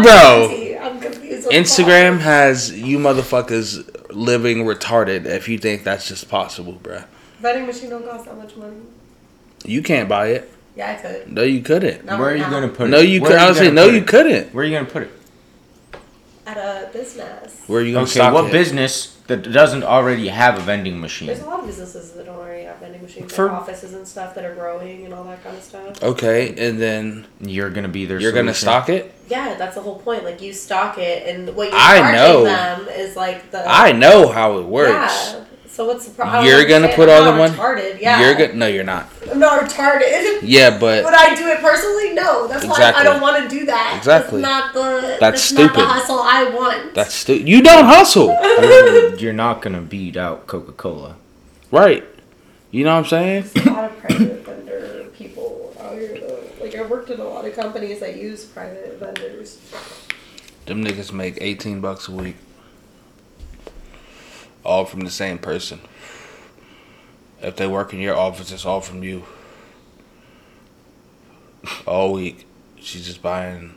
S1: bro.
S3: I'm confused. with
S1: Instagram has you motherfuckers living retarded if you think that's just possible, bruh.
S3: that. Vending machine don't cost that much money.
S1: You can't buy it.
S3: Yeah, I could.
S1: No, you couldn't.
S3: No,
S2: Where are you
S3: no.
S2: gonna put it?
S1: no, you
S2: Where
S1: could.
S2: are
S1: I would say
S2: gonna
S1: no,
S2: put
S1: you
S2: it?
S1: couldn't.
S2: Where are you gonna put it?
S3: At a business.
S1: Where are you gonna
S2: Okay,
S1: stock
S2: what
S1: it?
S2: business that doesn't already have a vending machine?
S3: There's a lot of businesses that don't already have vending machines,
S2: For-
S3: like offices and stuff that are growing and all that kind of stuff.
S1: Okay, and then
S2: You're gonna be there.
S1: you're gonna stock it.
S3: Yeah, that's the whole point. Like you stock it, and what you're
S1: I
S3: charging
S1: know.
S3: them is like the
S1: I know how it works.
S3: Yeah. So what's the problem?
S1: You're gonna put all the money-
S3: Retarded. Yeah.
S1: You're good. No, you're not.
S3: I'm not retarded.
S1: Yeah, but
S3: Would I do it personally? No. That's why I
S1: Exactly.
S3: don't want to do that.
S1: Exactly.
S3: That's not the. That's,
S1: That's
S3: Not
S1: stupid.
S3: the hustle I want.
S1: that's stu- you don't hustle,
S2: You're, you're not gonna beat out Coca Cola.
S1: right? You know what I'm saying?
S3: There's a lot of private vendor people out here though. Like I worked in a lot of companies that use private vendors.
S1: Them niggas make 18 bucks a week, all from the same person. If they work in your office, it's all from you. All week, she's just buying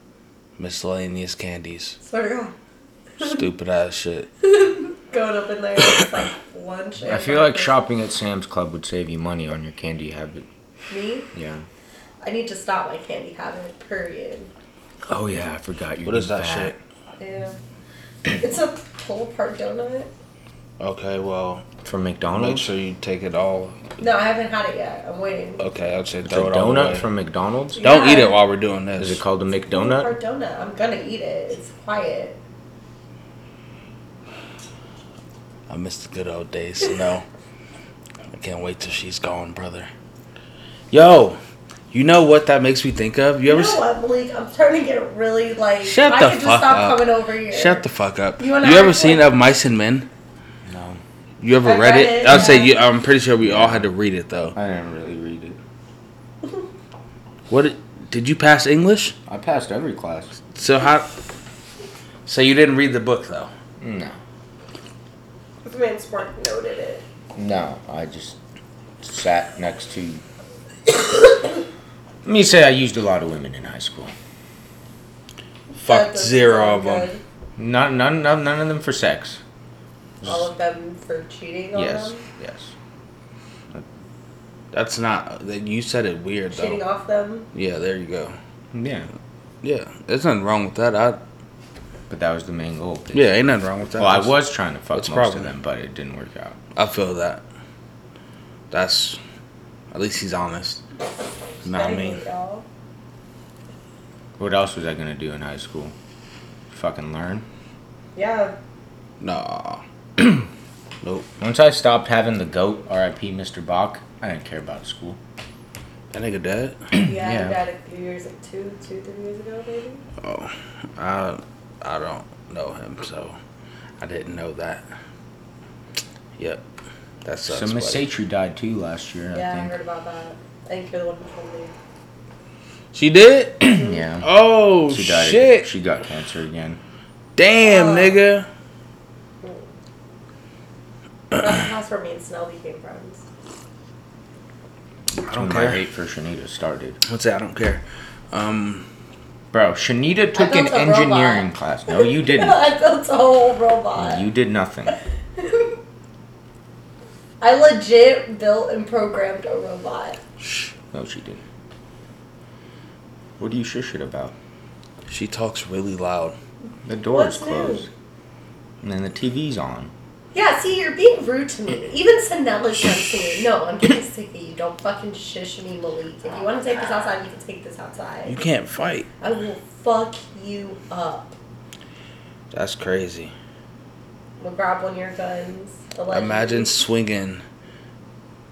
S1: miscellaneous candies,
S3: Swear to God,
S1: stupid ass shit.
S3: going up in there it's like lunch.
S2: I
S3: and
S2: feel like
S3: breakfast.
S2: shopping at Sam's Club would save you money on your candy habit.
S3: Me,
S2: Yeah.
S3: I need to stop my candy habit. Period.
S2: Oh yeah, I forgot. You're
S1: What is that shit?
S3: Yeah. It's a pull apart donut.
S1: Okay, well,
S2: shit? From
S1: make
S2: McDonald's?
S1: sure you take it all.
S3: No, I haven't had it yet. I'm waiting.
S1: Okay, I'd say
S2: It's a
S1: throw it all
S2: donut
S1: away.
S2: from McDonald's.
S1: Don't
S3: Yeah.
S1: eat it while we're doing
S2: Is it
S1: this.
S2: called a McDonut?
S3: Or donut. I'm gonna eat it. It's quiet.
S1: I miss the good old days, you know. I can't wait till she's gone, brother. Yo, you know what that makes me think of? You
S3: You
S1: ever
S3: know what, Malik? I'm starting to get really like.
S1: Shut
S3: I
S1: the
S3: could just
S1: fuck
S3: stop
S1: up.
S3: coming over here.
S1: se- shut the fuck up?
S3: You
S1: You,
S3: and I
S1: ever
S3: are
S1: seen
S3: like-
S1: of Mice and Men?
S2: No,
S1: You ever
S3: I
S1: read,
S3: read
S1: it?
S3: it,
S1: I'd say
S3: yeah.
S1: you, I'm pretty sure we all had to read it though.
S2: I didn't really read it.
S1: What did you pass English?
S2: I passed every class.
S1: So how? So you didn't read the book though?
S2: No,
S3: This man Spark noted it.
S2: no, I just sat next to. Let me say I used a lot of women in high school.
S3: That
S1: Fuck
S3: doesn't
S1: zero of
S3: sound
S1: them.
S3: good.
S2: Not none, none, none of them for sex.
S3: All of them for cheating on
S2: Yes,
S3: them,
S2: yes.
S1: That's not. that- You said it weird
S3: cheating
S1: though.
S3: off them.
S1: Yeah, there you go.
S2: Yeah,
S1: Yeah, there's nothing wrong with that. I
S2: but that was the main goal. bitch.
S1: yeah, ain't nothing wrong with that.
S2: Well, I was trying to fuck
S1: What's
S2: most
S1: the
S2: of
S1: problem?
S2: them, but it didn't work out.
S1: I feel that. That's at least he's honest. You know what I mean?
S3: Y'all.
S2: What else was I gonna do in high school? Fucking learn.
S3: Yeah.
S1: Nah. nope.
S2: Once I stopped having the goat, R.I.P. Mr. Bach. I didn't care about school.
S1: That nigga dead.
S3: Yeah.
S2: Yeah.
S3: He died a few years, like two, two, three years ago, maybe.
S1: Oh, I I don't know him, so I didn't know that. Yep, that sucks.
S2: so Miss
S1: buddy.
S2: Satry died too last year,
S3: yeah, I
S2: I
S3: heard about that. I think you're the one who told me.
S1: She did.
S2: think. yeah.
S1: Oh
S2: She died.
S1: shit!
S2: She got cancer again.
S1: Damn,
S3: Oh.
S1: nigga.
S3: That's the house where me and Snell became friends.
S1: I
S2: When
S1: don't
S2: my
S1: care.
S2: hate for Shanita started.
S1: What's that? I don't care. Um,
S2: Bro, Shanita took an
S3: built a
S2: engineering
S3: robot.
S2: class. No, Oh, you didn't.
S3: I built a whole robot.
S2: you did nothing.
S3: I legit built and programmed a robot.
S2: No, she didn't. What are you shush it about?
S1: she talks really loud.
S2: The door
S3: What's
S2: is
S3: new?
S2: closed. And then the TV's on.
S3: Yeah, see, you're being rude to me. Even Sanel is done to me. No, I'm getting sick of you. Don't fucking shush me, Malik. If you want to take this outside, you can take this
S1: You
S3: outside.
S1: can't fight.
S3: I will fuck you up.
S1: That's crazy.
S3: We'll grab one of your guns. allegedly.
S1: Imagine swinging,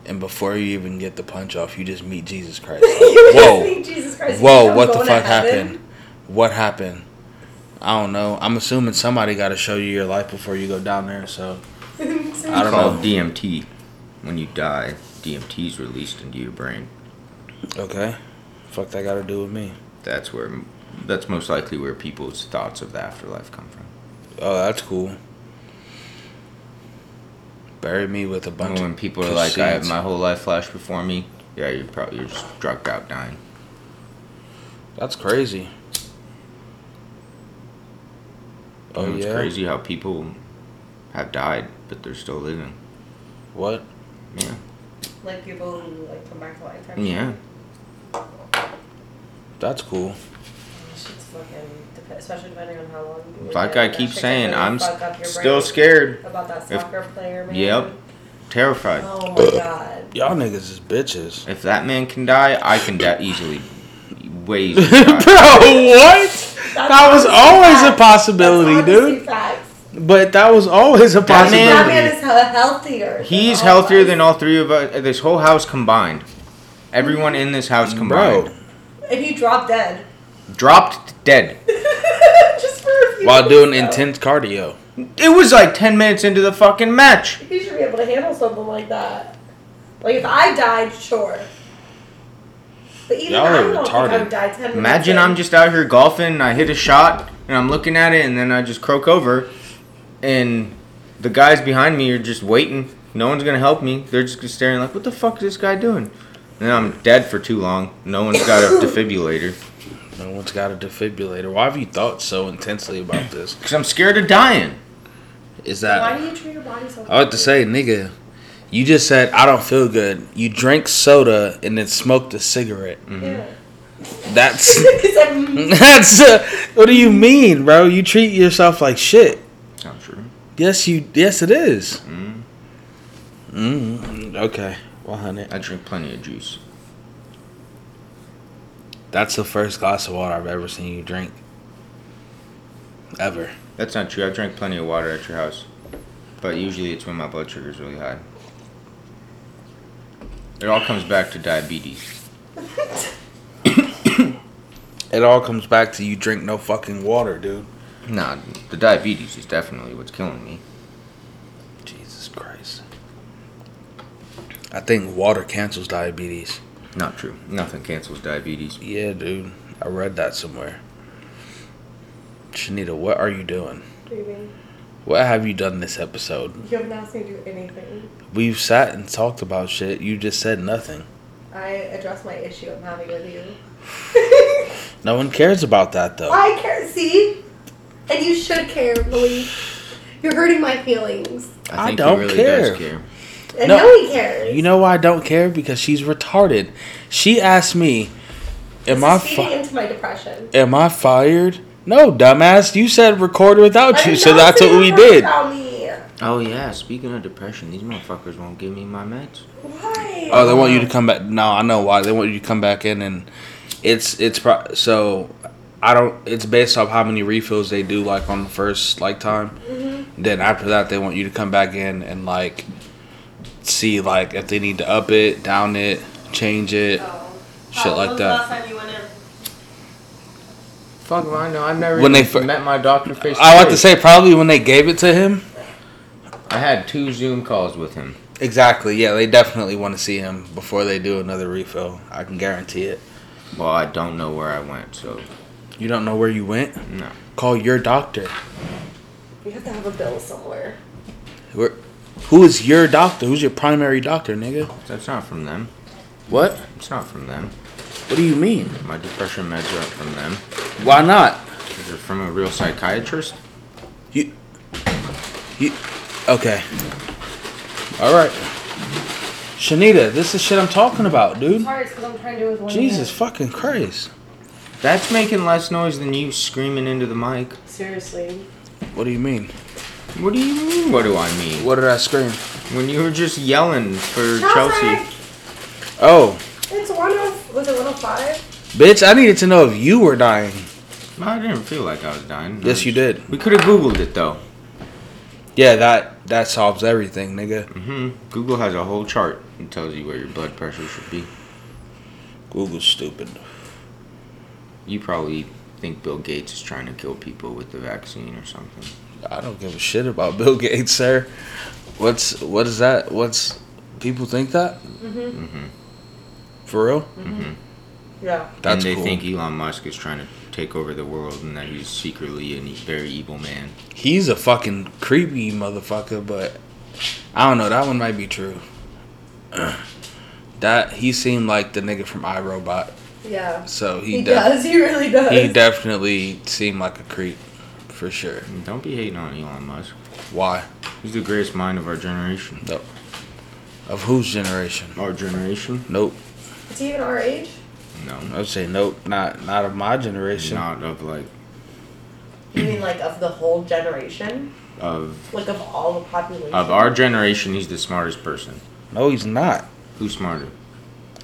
S1: and before you even get the punch off, you just meet Jesus Christ.
S3: You
S1: Whoa.
S3: think Jesus Christ,
S1: Whoa,
S3: I'm
S1: what the
S3: going to
S1: fuck
S3: heaven?
S1: happened? What happened? I don't know. I'm assuming somebody got to show you your life before you go down there, so. I don't
S2: Called
S1: know.
S2: DMT. When you die, DMT is released into your brain.
S1: Okay. Fuck that got to do with me.
S2: That's where, that's most likely where people's thoughts of the afterlife come from.
S1: Oh, that's cool. Bury me with a bunch
S2: Remember when
S1: of
S2: people are like, "I have
S1: cassettes.
S2: my whole life flashed before me." Yeah, you're probably you're just drugged out dying.
S1: That's crazy. Oh,
S2: And it's
S1: yeah?
S2: crazy how people have died, but they're still living.
S1: What?
S2: Yeah,
S6: Like people who like come back to life. after-
S2: yeah.
S1: That's cool.
S3: Shit's fucking, dep- especially depending on how long. you were
S2: Like
S3: there,
S2: I
S3: that
S2: keep
S3: shit can
S2: saying,
S3: really
S2: I'm
S3: fuck up your
S2: s- still
S3: brain.
S2: scared,
S3: about that soccer player man.
S2: Yep. terrified.
S3: Oh my god.
S1: Y'all niggas is bitches.
S2: If that man can die, I can die easily. Way easier.
S1: Bro,
S2: than I-
S1: what? That was
S6: honestly
S1: always a
S6: facts.
S1: possibility,
S6: That's honestly
S1: dude.
S6: Facts.
S1: But that was always a
S2: That man-
S6: That
S1: possibility.
S6: man is he- healthier. than
S2: He's
S6: all of
S2: healthier
S6: us.
S2: than all three of us. uh, This whole house combined. Everyone in this house combined.
S1: Bro,
S6: And he dropped dead.
S2: Dropped dead.
S6: Just for a few
S1: while doing
S6: minutes, though.
S1: intense cardio.
S2: It was like 10 minutes into the fucking match.
S6: He should be able to handle something like that. Like if I died, sure. But even
S1: Y'all
S6: I
S1: are
S6: don't think I
S1: retarded.
S6: would die ten minutes.
S2: Imagine
S6: in.
S2: I'm just out here golfing and I hit a shot and I'm looking at it and then I just croak over and the guys behind me are just waiting. No one's gonna help me. They're just staring like, what the fuck is this guy doing? And then I'm dead for too long. No one's got a defibrillator.
S1: No one's got a defibrillator. Why have you thought so intensely about this?
S2: Because I'm scared of dying.
S1: Is
S6: Why
S1: that.
S6: do you treat your body so?
S1: I have to say, nigga, you just said, I don't feel good. You drank soda and then smoked a cigarette.
S6: Yeah.
S1: That's.
S6: It's like, mm,
S1: That's uh, what do you mean, bro? You treat yourself like shit.
S2: Not true.
S1: Yes, you. Yes, it is. Mm-hmm.
S2: Mm.
S1: Mm, okay, one hundred.
S2: I drink plenty of juice.
S1: That's the first glass of water I've ever seen you drink. Ever.
S2: That's not true. I drank plenty of water at your house. But usually it's when my blood sugar's really high. It all comes back to diabetes.
S1: It all comes back to you drink no fucking water, dude.
S2: Nah, the diabetes is definitely what's killing me.
S1: Jesus Christ. I think water cancels diabetes.
S2: Not true. Nothing cancels diabetes.
S1: Yeah, dude. I read that somewhere. Shanita, what are you doing?
S3: Baby,
S6: mm.
S1: What have you done this episode?
S3: you haven't asked me to do anything.
S1: We've sat and talked about shit. You just said nothing.
S3: I address my issue I'm having with you.
S1: No one cares about that though.
S6: I care. See, and you should care, Malik. You're hurting my feelings,
S1: I don't care.
S6: and
S1: No.
S6: no, he cares.
S1: You know why I don't care? Because she's retarded. She asked me, "Am I
S6: feeding
S1: fi-
S6: into my depression.
S1: am I fired?" No, dumbass. You said record without you,
S6: I'm
S1: so
S6: not
S1: that's what
S6: saying
S1: we
S6: a word
S1: did.
S6: About me.
S2: Oh yeah, speaking of depression, these motherfuckers won't give me my meds.
S6: Why?
S1: Oh, they want you to come back. No, I know why. They want you to come back in, and it's it's pro- so I don't. It's based off how many refills they do, like on the first like time. Then after that, they want you to come back in and like see like if they need to up it, down it, change it, shit like that.
S6: time you went in?
S2: Fuck, I know. I've never
S1: When
S2: when
S1: they
S2: they
S1: fir-
S2: met my doctor face.
S1: I like to
S2: face.
S1: say probably when they gave it to him.
S2: I had two Zoom calls with him.
S1: Exactly. Yeah, they definitely want to see him before they do another refill. I can guarantee it.
S2: Well, I don't know where I went, so
S1: You don't know where you went?
S2: no.
S1: Call your doctor.
S6: You have to have a bill somewhere.
S1: Where, who is your doctor? Who's your primary doctor, nigga?
S2: That's not from them.
S1: What?
S2: It's not from them.
S1: What do you mean?
S2: My depression meds aren't from them.
S1: Why not?
S2: They're from a real psychiatrist.
S1: You. You. Okay. All right. Shanita, this is shit I'm talking about, dude.
S3: Sorry, it's because I'm trying to do with one
S1: Jesus fucking Christ.
S2: That's making less noise than you screaming into the mic.
S3: hand. Seriously.
S1: What do you mean?
S2: What do you mean? What do I mean?
S1: What did I scream?
S2: When you were just yelling for Chelsea.
S6: Chelsea.
S1: Oh,
S6: It's one
S3: oh,
S6: of was it one of five?
S1: bitch, I needed to know if you were dying.
S2: I didn't feel like I was dying.
S1: Mm. Yes, you did.
S2: We could have Googled it though.
S1: Yeah, that that solves everything, nigga.
S2: hmm Google has a whole chart that tells you where your blood pressure should be.
S1: Google's stupid.
S2: You probably think Bill Gates is trying to kill people with the vaccine or something.
S1: I don't give a shit about Bill Gates, sir. What's what is that? What's people think that
S2: Mm-hmm.
S1: for real?
S3: Mm-hmm.
S6: Yeah.
S1: That's
S2: and they
S1: cool.
S2: think Elon Musk is trying to take over the world and that he's secretly a very evil man.
S1: He's a fucking creepy motherfucker, but I don't know. That one might be true. that he seemed like the nigga from iRobot,
S3: Yeah.
S1: so he
S3: He,
S1: he,
S3: does. He really does.
S1: he definitely seemed like a creep for sure.
S2: And Don't be hating on Elon Musk.
S1: Why?
S2: He's the greatest mind of our generation.
S1: Nope. Of whose generation?
S2: Our generation?
S1: Nope.
S3: It's even our age.
S2: No.
S1: I would say nope. Not not of my generation.
S2: Not of like
S6: You mean like of the whole generation?
S2: of
S6: Like of all the population?
S2: of our generation. He's the smartest person.
S1: No, he's not.
S2: Who's smarter?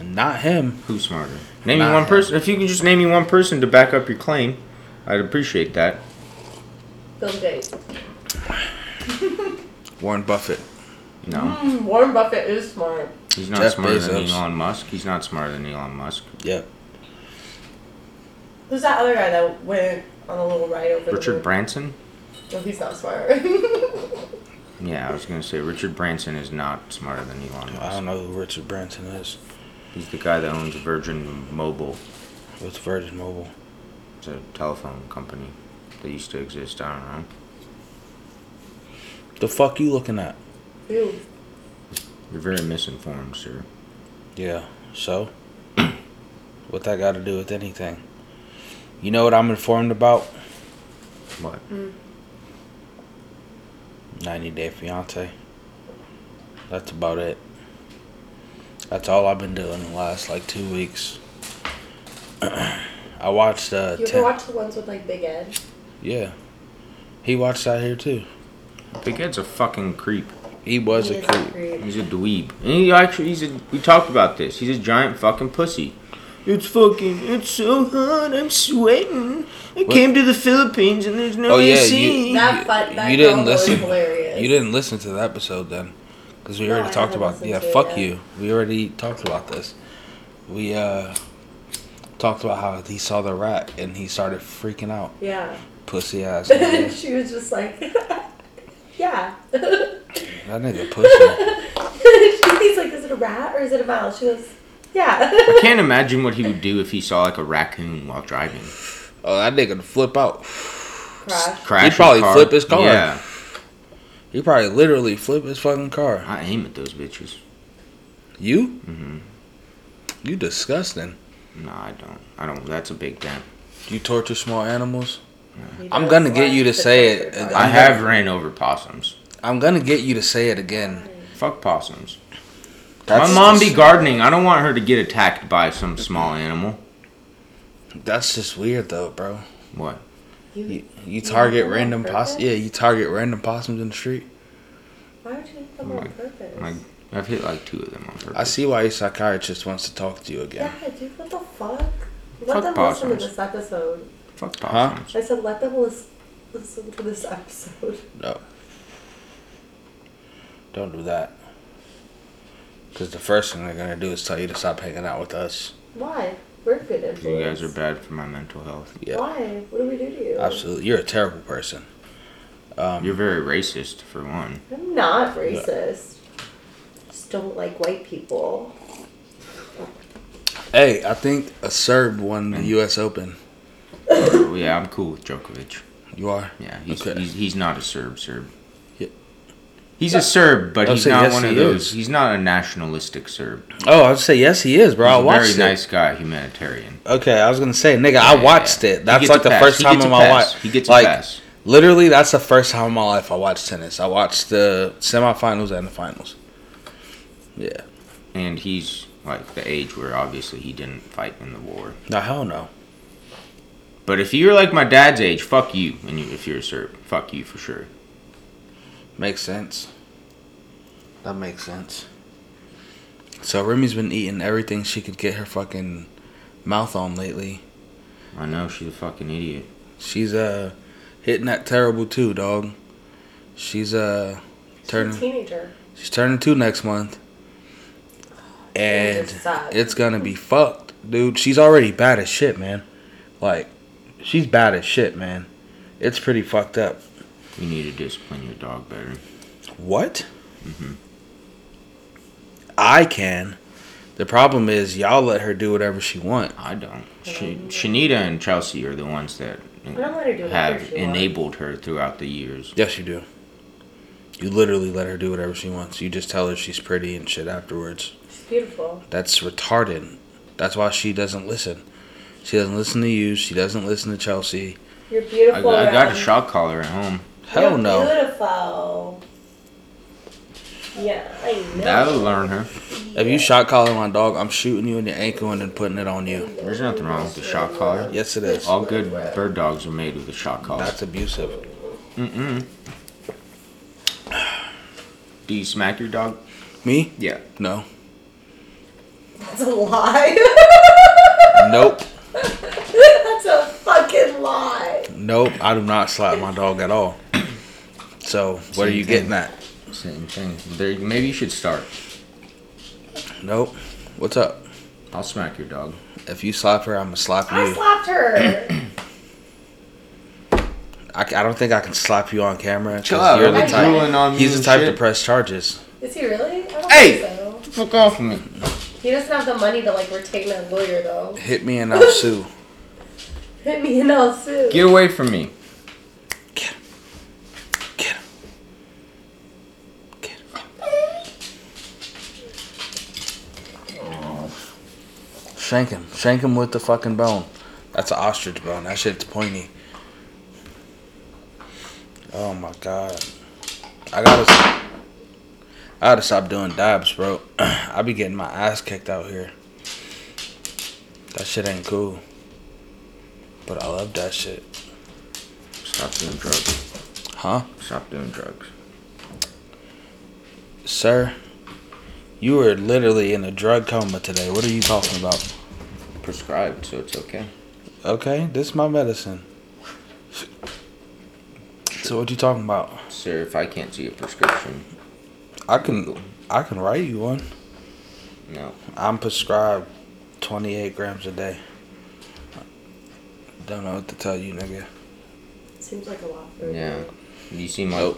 S1: Not him.
S2: Who's smarter? Name me
S1: Nah.
S2: one person. If you can just name me one person to back up your claim, I'd appreciate that.
S3: Bill Gates.
S1: Warren Buffett. Oh.
S2: No,
S3: Mm, Warren Buffett is smart.
S2: he's not
S1: Mm-hmm. Jeff
S2: smarter than
S1: Bezos.
S2: Elon Musk. He's not smarter than Elon Musk.
S1: Yep.
S6: Who's that other guy that
S3: Went on a little ride over
S2: Richard
S3: the
S2: Branson.
S3: moon. No, he's not smart. He's
S2: Yeah, I was gonna say Richard Branson is not smarter than Elon
S1: I
S2: Musk.
S1: don't know who Richard Branson is.
S2: He's the guy that owns Virgin Mobile.
S1: What's Virgin Mobile?
S2: It's a telephone company that used to exist. I don't know.
S1: The fuck you looking at?
S2: You're very misinformed, sir.
S1: Yeah. So? what that got to do with anything? You know what I'm informed about?
S2: What?
S1: Mm. 90 Day Fiance. That's about it. That's all I've been doing the last like two weeks. I watched uh,
S3: you ever
S1: ten-
S3: watch the ones with like Big Ed?
S1: yeah. He watched out here too.
S2: Big Ed's a fucking creep.
S1: He was
S3: He
S1: a
S3: is
S1: creep.
S3: creep.
S2: He's a dweeb. And he actually, he's a, we talked about this. He's a giant fucking pussy. It's fucking, it's so hot, I'm sweating. I
S1: What?
S2: came to the Philippines and there's no
S1: Oh, yeah, you-
S2: AC.
S3: That fight. That
S1: You didn't
S3: girl was
S1: listen.
S3: Hilarious.
S1: You didn't listen to the episode then, because we
S3: No,
S1: already
S3: I
S1: talked
S3: haven't
S1: about
S3: listened
S1: yeah.
S3: to it
S1: Fuck
S3: yet.
S1: you. We already talked about this. We uh talked about how he saw the rat and he started freaking out.
S3: Yeah.
S1: Pussy ass.
S3: And
S1: nigga.
S3: she was just like, yeah.
S1: that nigga pussy.
S3: He's like, is it a rat or is it a mouse? She goes, yeah.
S2: I can't imagine what he would do if he saw like a raccoon while driving.
S1: Oh, that nigga would flip out.
S3: Crash.
S2: Crash
S1: He'd
S2: the
S1: probably
S2: car.
S1: flip his car.
S2: Yeah,
S1: He probably literally flip his fucking car.
S2: I aim at those bitches.
S1: You?
S2: Mhm.
S1: You disgusting.
S2: No, I don't. I don't. That's a big damn.
S1: You torture small animals.
S3: You
S1: I'm
S3: know,
S1: gonna
S3: it's
S1: get
S3: like
S1: you to
S3: the
S1: say it.
S3: comfort
S1: I
S2: I
S3: dog.
S2: have ran over possums.
S1: I'm gonna get you to say it again.
S2: Fuck possums.
S1: That's
S2: My mom be
S1: just-
S2: gardening. I don't want her to get attacked by some small animal.
S1: That's just weird though, bro.
S2: What?
S1: You,
S3: You,
S1: you target
S3: them on
S1: random possums.
S3: purpose?
S1: Yeah, you target random possums in the street.
S3: why would you hit them on
S2: Like-
S3: purpose?
S2: Like I've hit like two of them on purpose.
S1: I see why your psychiatrist wants to talk to you
S3: yeah,
S1: again.
S3: dude, what the fuck?
S2: Fuck
S3: Let them listen
S2: possums.
S3: to this episode.
S2: Fuck
S1: Huh?
S2: possums.
S3: I said, let them lis- listen to this episode.
S1: No. Don't do that. Because the first thing they're going to do is tell you to stop hanging out with us.
S3: Why? We're good influence.
S2: You guys are bad for my mental health.
S1: Yeah.
S3: Why? What do we do to you?
S1: Absolutely. You're a terrible person. Um,
S2: You're very racist for one.
S3: I'm not racist. Just don't like white people.
S1: hey, I think a Serb won the
S2: Mm.
S1: U.S. Open.
S2: Oh, yeah, I'm cool with Djokovic.
S1: You are?
S2: Yeah, he's
S1: Okay.
S2: he's, he's not a Serb. Serb.
S1: Yeah.
S2: He's a Serb, but
S1: I'll
S2: he's
S1: say
S2: not
S1: yes,
S2: one of
S1: he
S2: those.
S1: is.
S2: He's not a nationalistic Serb.
S1: Oh, I would say yes, he is, bro.
S2: He's
S1: I
S2: a
S1: watched
S2: very
S1: it.
S2: nice guy, humanitarian.
S1: Okay, I was going to say, nigga, I
S2: Yeah,
S1: watched
S2: yeah. He
S1: it. That's
S2: gets
S1: like
S2: a
S1: the
S2: pass.
S1: first
S2: He
S1: time
S2: gets
S1: in
S2: a
S1: my
S2: pass.
S1: life.
S2: He gets
S1: like,
S2: a pass.
S1: Literally, that's the first time in my life I watched tennis. I watched the semifinals and the finals. Yeah.
S2: And he's like the age where obviously he didn't fight in the war.
S1: No, hell no.
S2: But if you're like my dad's age, fuck you. And you, if you're a Serb, fuck you for sure.
S1: Makes sense. That makes sense. So Remy's been eating everything she could get her fucking mouth on lately.
S2: I know she's a fucking idiot.
S1: She's uh hitting that terrible too, dog. She's uh
S3: Turn.
S1: turning
S3: teenager.
S1: she's turning two next month. And
S3: Teenagers suck.
S1: it's gonna be fucked, dude. She's already bad as shit, man. Like, she's bad as shit, man. It's pretty fucked up.
S2: You need to discipline your dog better.
S1: What? Mm-hmm. I can. The problem is y'all let her do whatever she want.
S2: I don't. She, Shanita and Chelsea are the ones that
S3: don't let her do whatever
S2: have
S3: she wants.
S2: enabled her throughout the years.
S1: Yes, you do. You literally let her do whatever she wants. You just tell her she's pretty and shit afterwards.
S3: She's beautiful.
S1: That's retarded. That's why she doesn't listen. She doesn't listen to you. She doesn't listen to Chelsea.
S3: You're
S2: I,
S3: beautiful.
S2: I got a
S3: Ren.
S2: shock collar at home.
S1: Hell
S3: You're
S1: no.
S3: Beautiful. Yeah, I know.
S2: That'll learn her.
S1: If you shot calling my dog, I'm shooting you in your ankle and then putting it on you.
S2: There's nothing wrong with the shock collar.
S1: Yes, it is.
S2: All good bird dogs are made with a shock collar.
S1: That's abusive.
S2: Mm-mm. Do you smack your dog?
S1: Me?
S2: Yeah.
S1: No.
S6: That's a lie.
S1: Nope.
S6: That's a fucking lie.
S1: Nope. I do not slap my dog at all. So, what are
S2: Same
S1: you
S2: thing.
S1: getting at?
S2: Same thing. There, maybe you should start.
S1: Nope. What's up?
S2: I'll smack your dog.
S1: If you slap her, I'm gonna slap
S3: I
S1: you.
S3: slapped her.
S1: I, c- I don't think I can slap you on camera. 'cause
S2: Chill out.
S1: You're the
S3: Everybody
S1: type.
S2: drooling on me
S1: He's the
S2: and
S1: type
S2: shit.
S1: to press charges.
S3: Is he really? I don't
S2: Hey!
S3: think so.
S2: Fuck off me.
S3: He doesn't have the money to like retain a lawyer though.
S1: Hit me and I'll sue.
S3: Hit me and I'll sue.
S2: Get away from me.
S1: Get him. Get him. Get him. Oh. Shank him. Shank him with the fucking bone. That's an ostrich bone. That shit's pointy. Oh my god. I gotta. s- I gotta stop doing dabs, bro. I be getting my ass kicked out here. That shit ain't cool. But I love that shit.
S2: Stop doing drugs.
S1: Huh?
S2: Stop doing drugs.
S1: Sir, you were literally in a drug coma today. What are you talking about?
S2: Prescribed, so it's okay.
S1: Okay, this is my medicine. So what you talking about?
S2: Sir, if I can't see a prescription,
S1: I can I can write you one.
S2: no.
S1: I'm prescribed 28 grams a day. Don't know what to tell you, nigga.
S6: Seems like a lot.
S2: Yeah. You seem like.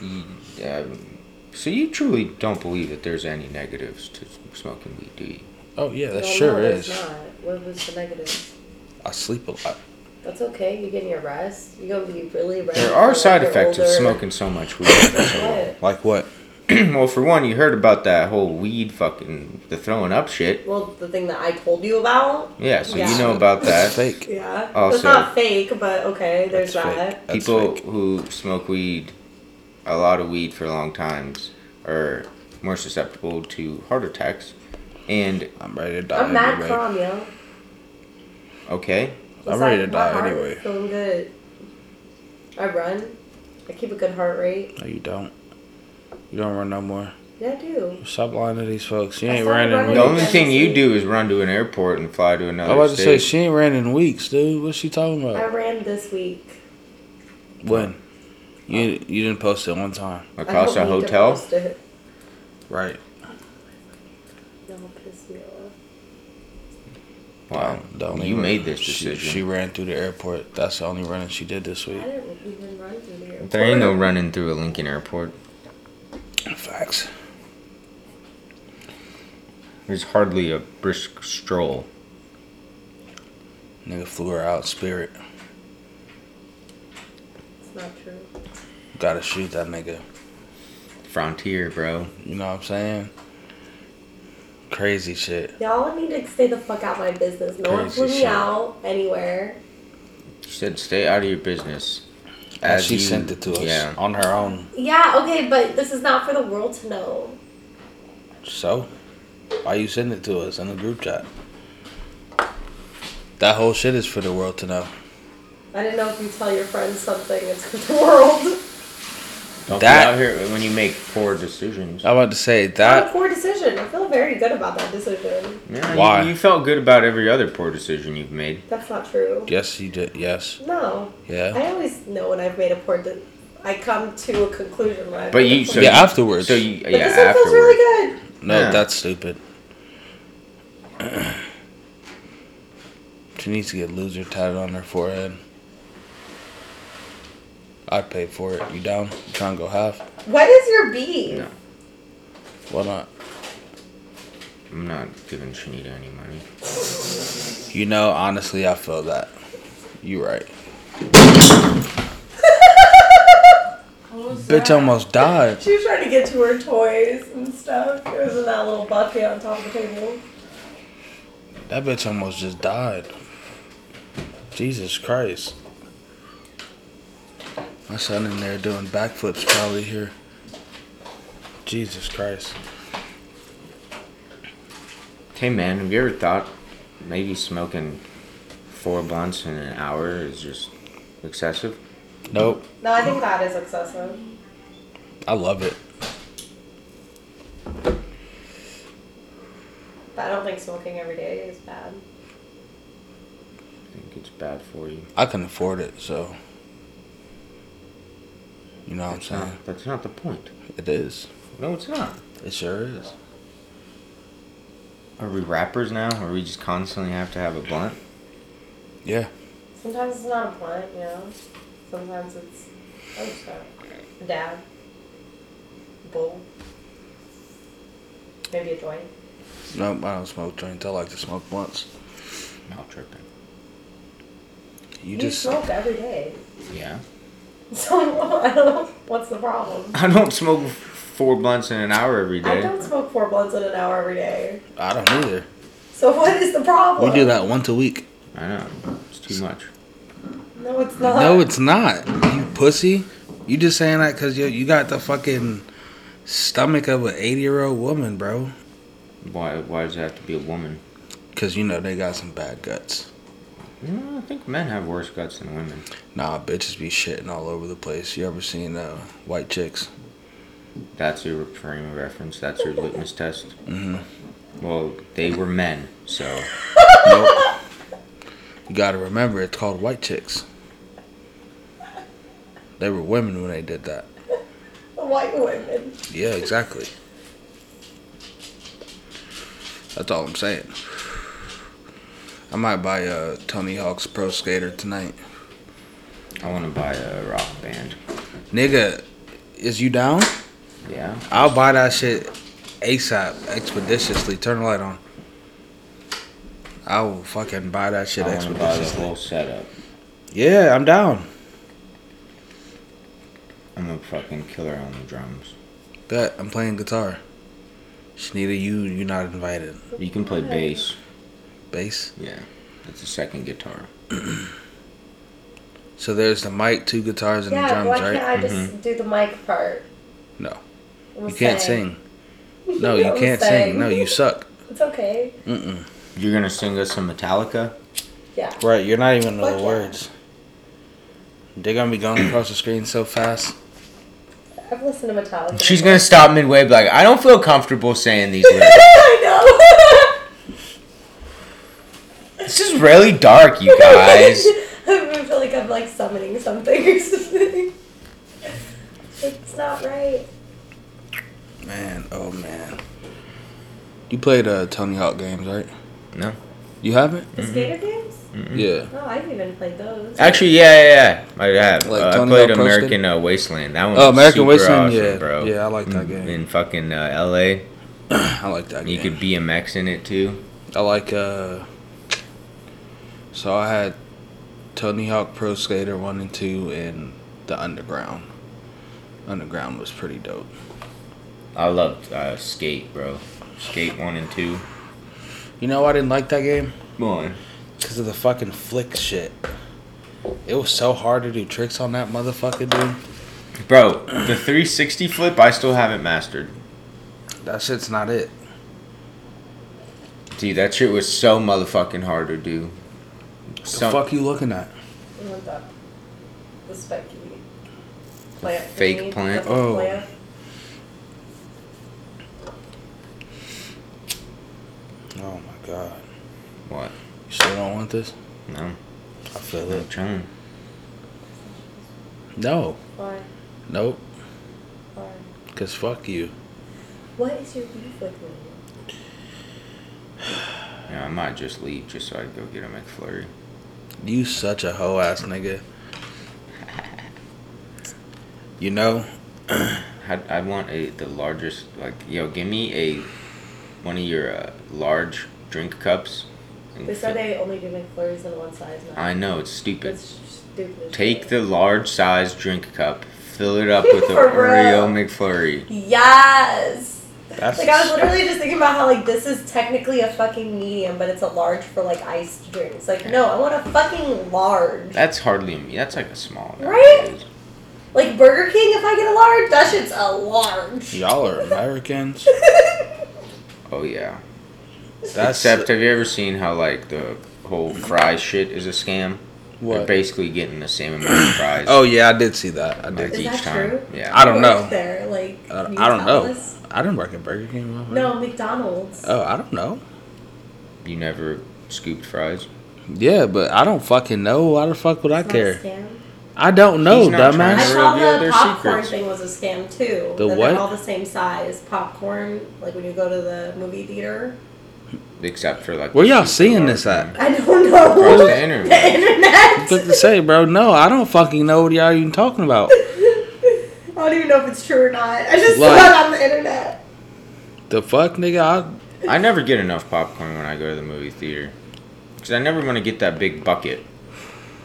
S2: You, um, so you truly don't believe that there's any negatives to smoking weed, do you?
S1: Oh yeah, that
S3: No,
S1: sure
S3: no, there's
S1: is.
S3: Not. What was the negative?
S1: I sleep a lot.
S3: That's okay. You're getting your rest. You're gonna be really rest.
S2: There are side effects of smoking so much weed. That's all.
S3: What?
S1: Like what?
S2: well, for one, you heard about that whole weed fucking the throwing up shit.
S6: Well, the thing that I told you about.
S2: Yeah, so you
S6: Yeah.
S2: know about
S1: That's
S2: that.
S1: fake.
S6: Yeah.
S2: Also-
S6: it's not fake, but okay. There's
S1: Oh, That's
S6: that.
S1: fake. That's
S2: People
S1: fake.
S2: who smoke weed, a lot of weed for long times, are more susceptible to heart attacks. And
S1: I'm ready to die
S3: I'm mad
S1: anyway.
S3: calm, yo.
S2: okay,
S3: It's
S1: I'm ready to
S3: my
S1: die
S3: heart is
S1: anyway.
S3: Feeling good. I run. I keep a good heart rate.
S1: No, you don't. You don't run no more.
S3: Yeah, I do.
S1: Stop lying to these folks. You
S3: I
S1: ain't running.
S3: started running
S1: with
S2: the
S3: Wait,
S2: only
S3: that's
S2: thing you
S3: insane.
S2: do is run to an airport and fly to
S1: I
S2: another
S1: was about to say
S2: state.
S1: she ain't ran in weeks, dude. What's she talking
S3: I
S1: about?
S3: ran this week.
S1: When? You you didn't post it one time,
S2: across
S3: I
S2: a
S3: don't need to
S2: hotel.
S3: post it.
S1: right?
S3: Don't piss me off.
S2: Wow,
S1: The only
S2: you
S1: run-
S2: made this
S1: she-
S2: decision.
S1: She, ran through the airport. That's the only running she did this week.
S3: I didn't even run through here.
S2: there ain't no running through a Lincoln airport.
S1: Facts.
S2: There's hardly a brisk stroll.
S1: Nigga flew her out. Spirit.
S3: It's not true.
S1: Gotta shoot that nigga.
S2: Frontier, bro.
S1: You know what I'm saying? Crazy shit.
S3: Y'all need to stay the fuck out of my business. No one
S1: Crazy
S3: flew me
S1: shit.
S3: out anywhere.
S2: She said, "Stay out of your business."
S1: And she
S2: you-
S1: sent it to us
S2: Yeah.
S1: on her own.
S3: Yeah, okay, but this is not for the world to know.
S1: So, why you send it to us in the group chat? That whole shit is for the world to know.
S3: I didn't know if you tell your friends something, it's for the world.
S2: Don't
S1: That- Uh,
S2: be out here when you make poor decisions.
S1: I'm about to say
S3: Not a
S1: that.
S3: poor decision. I feel very good about that decision.
S2: Yeah, you-
S1: Why?
S2: You, felt good about every other poor decision you've made.
S3: That's not true.
S1: Yes, you did. Yes.
S3: No.
S1: Yeah.
S3: I always know when I've made a poor de- I come to a conclusion when I
S2: But you so
S1: Yeah,
S2: you-
S1: afterwards.
S2: So you,
S3: But
S2: yeah,
S3: this one feels
S2: afterwards.
S3: really good.
S1: No,
S2: Yeah.
S1: that's stupid. she needs to get loser tatted on her forehead. I'd pay for it. You down? You trying to go half?
S3: What is your beef?
S2: No.
S1: Why not?
S2: I'm not giving Shanita any money.
S1: You know, honestly, I feel that. You right. Bitch almost died.
S3: She was trying to get to her toys and stuff. It was in that little bucket on top of the table.
S1: That bitch almost just died. Jesus Christ. My son in there doing backflips probably here. Jesus Christ.
S2: Hey man, have you ever thought maybe smoking four blunts in an hour is just excessive?
S1: Nope.
S3: No, I think that is excessive.
S1: I love it.
S3: I don't think smoking every day is bad.
S2: I think it's bad for you.
S1: I can afford it, so. You know what I'm
S2: That's not,
S1: saying?
S2: that's not the point.
S1: It is.
S2: No, it's not.
S1: It sure is.
S2: Are we rappers now? Or we just constantly have to have a blunt?
S1: Yeah.
S3: Sometimes it's not a blunt, you know. Sometimes it's oh stuff. A dab. A bowl. Maybe a joint.
S1: Nope, I don't smoke joints. I like to smoke once.
S2: Not tripping.
S1: You just.
S3: smoke every day.
S2: Yeah.
S3: So I don't know what's the problem.
S2: I don't smoke four blunts in an hour every
S3: I
S2: day.
S3: don't smoke four blunts in an hour every day.
S1: I don't either.
S3: So what is the problem?
S1: We do that once a week.
S2: I know. It's too much.
S3: No, it's not.
S1: No, it's not. You pussy. You just saying that because you you got the fucking stomach of an eighty year old woman, bro.
S2: Why, why does it have to be a woman?
S1: Because you know they got some bad guts.
S2: No, I think men have worse guts than women.
S1: Nah, bitches be shitting all over the place. You ever seen uh, white chicks?
S2: That's your frame of reference. That's your litmus test.
S1: Mm-hmm.
S2: Well, they were men, so
S1: Nope. you gotta remember, it's called white chicks. They were women when they did that.
S3: White women.
S1: Yeah, exactly. That's all I'm saying. I might buy uh, Tony Hawk's Pro Skater tonight.
S2: I want to buy a rock band.
S1: Nigga, is you down?
S2: Yeah.
S1: I'll buy that shit ASAP, expeditiously. Turn the light on. I will fucking buy that shit
S2: I want to buy the
S1: expeditiously.
S2: whole setup.
S1: Yeah, I'm down.
S2: I'm a fucking killer on the drums.
S1: Bet I'm playing guitar. Shanita, you you not invited.
S2: You can play bass.
S1: Bass.
S2: Yeah. That's the second guitar.
S1: So there's the mic, two guitars, and
S3: Yeah,
S1: the
S3: why
S1: drums,
S3: can't
S1: right? Mm-hmm.
S3: I just do the mic part?
S1: No.
S3: I'm
S1: You can't
S3: saying.
S1: sing. No, you
S3: I'm
S1: can't
S3: saying.
S1: sing. No, you suck.
S3: It's okay.
S1: Mm-mm.
S2: You're gonna sing us some Metallica?
S3: Yeah.
S1: Right, you're not even know
S3: Fuck
S1: the
S3: yeah.
S1: words. They're gonna be going across the screen so fast.
S3: I've listened to Metallica.
S2: She's gonna stop midway, be like, I don't feel comfortable saying these words.
S3: I
S2: this is really dark, you
S3: know.
S2: guys.
S3: I feel like I'm like summoning something or something. It's not right.
S1: Man, oh man. You played uh, Tony Hawk games, right?
S2: No.
S1: You haven't?
S2: Mm-hmm.
S3: The skater games?
S1: Yeah.
S3: No, I've even played those.
S2: Actually, yeah, yeah, yeah. I have.
S1: Like
S2: Uh, I
S1: Tony
S2: played
S1: Hawk Pro
S2: American uh, Wasteland. That one.
S1: Oh,
S2: was
S1: American
S2: super
S1: Wasteland,
S2: awesome,
S1: yeah,
S2: bro.
S1: yeah, I like that
S2: Mm,
S1: game.
S2: In fucking uh, L.A.,
S1: I like that
S2: you
S1: game.
S2: could BMX in it too.
S1: I like uh so I had Tony Hawk Pro Skater one and two and the Underground. Underground was pretty dope.
S2: I loved uh, Skate, bro. Skate one and two.
S1: You know why I didn't like that game?
S2: Come on.
S1: Because of the fucking flick shit. It was so hard to do tricks on that motherfucker, dude.
S2: Bro, the 360 flip I still haven't mastered.
S1: That shit's not it.
S2: Dude, that shit was so motherfucking hard to do.
S1: The
S2: Some
S1: fuck you looking at?
S3: I want that. The spiky plant.
S2: fake
S3: thingy.
S2: plant?
S3: That's a
S1: Oh.
S3: plant.
S1: Oh my god.
S2: What?
S1: You still don't want this?
S2: No.
S1: I feel
S2: I'm
S1: it.
S2: trying.
S1: No.
S3: Why?
S1: Nope.
S3: Or
S1: Cause fuck you.
S3: what is your beef with me?
S2: Yeah, I might just leave just so I can go get a McFlurry.
S1: You such a hoe ass nigga. You know,
S2: I, I want a the largest like yo give me a one of your uh, large drink cups. and
S3: They
S2: fill-
S3: said they only do McFlurries in one size now.
S2: I know it's stupid.
S3: That's stupid. as
S2: Take
S3: shit.
S2: the large size drink cup, fill it up with a
S3: For real.
S2: Oreo McFlurry.
S3: Yes.
S1: that's
S3: Like I was literally just thinking about how like this is technically a fucking medium, but it's a large for like iced drinks. Like no, I want a fucking large.
S2: That's hardly me. That's like a small.
S3: Right? Like Burger King, if I get a large, that shit's a large.
S1: y'all are Americans.
S2: Oh yeah.
S1: That's
S2: Except have you ever seen how like the whole fry shit is a scam? They're
S1: what?
S2: basically getting the same amount of fries.
S1: Oh yeah, I did see that. I
S2: like
S1: did.
S3: Is
S2: each
S3: that
S2: time.
S3: true?
S2: Yeah.
S1: I don't
S3: Work
S1: know.
S3: There, like
S1: I
S3: can
S1: don't,
S3: you
S1: I don't
S3: tell
S1: know.
S3: us?
S1: I didn't work at Burger King. my friend.
S3: No, McDonald's.
S1: Oh, I don't know.
S2: You never scooped fries.
S1: Yeah, but I don't fucking know. Why the fuck would I
S3: It's not a
S1: care?
S3: scam.
S1: I don't know,
S2: He's not trying
S3: I
S2: That's
S1: dumbass.
S2: to-
S3: saw
S2: reveal
S3: the
S2: their
S3: popcorn
S2: secrets.
S3: thing was a scam too.
S1: The
S3: that
S1: what?
S3: They're all the same size popcorn. Like when you go to the movie theater.
S2: Except for like.
S1: Where
S2: the
S1: y'all
S2: super
S1: seeing
S2: large
S1: this at?
S2: one.
S3: I don't know.
S2: Across the internet.
S3: The internet.
S1: Good to say, bro. No, I don't fucking know what y'all even talking about.
S3: I don't even know if it's true or not. I just
S1: Like-
S3: saw it on the internet.
S1: The fuck, nigga?
S2: I never get enough popcorn when I go to the movie theater. Because I never want to get that big bucket.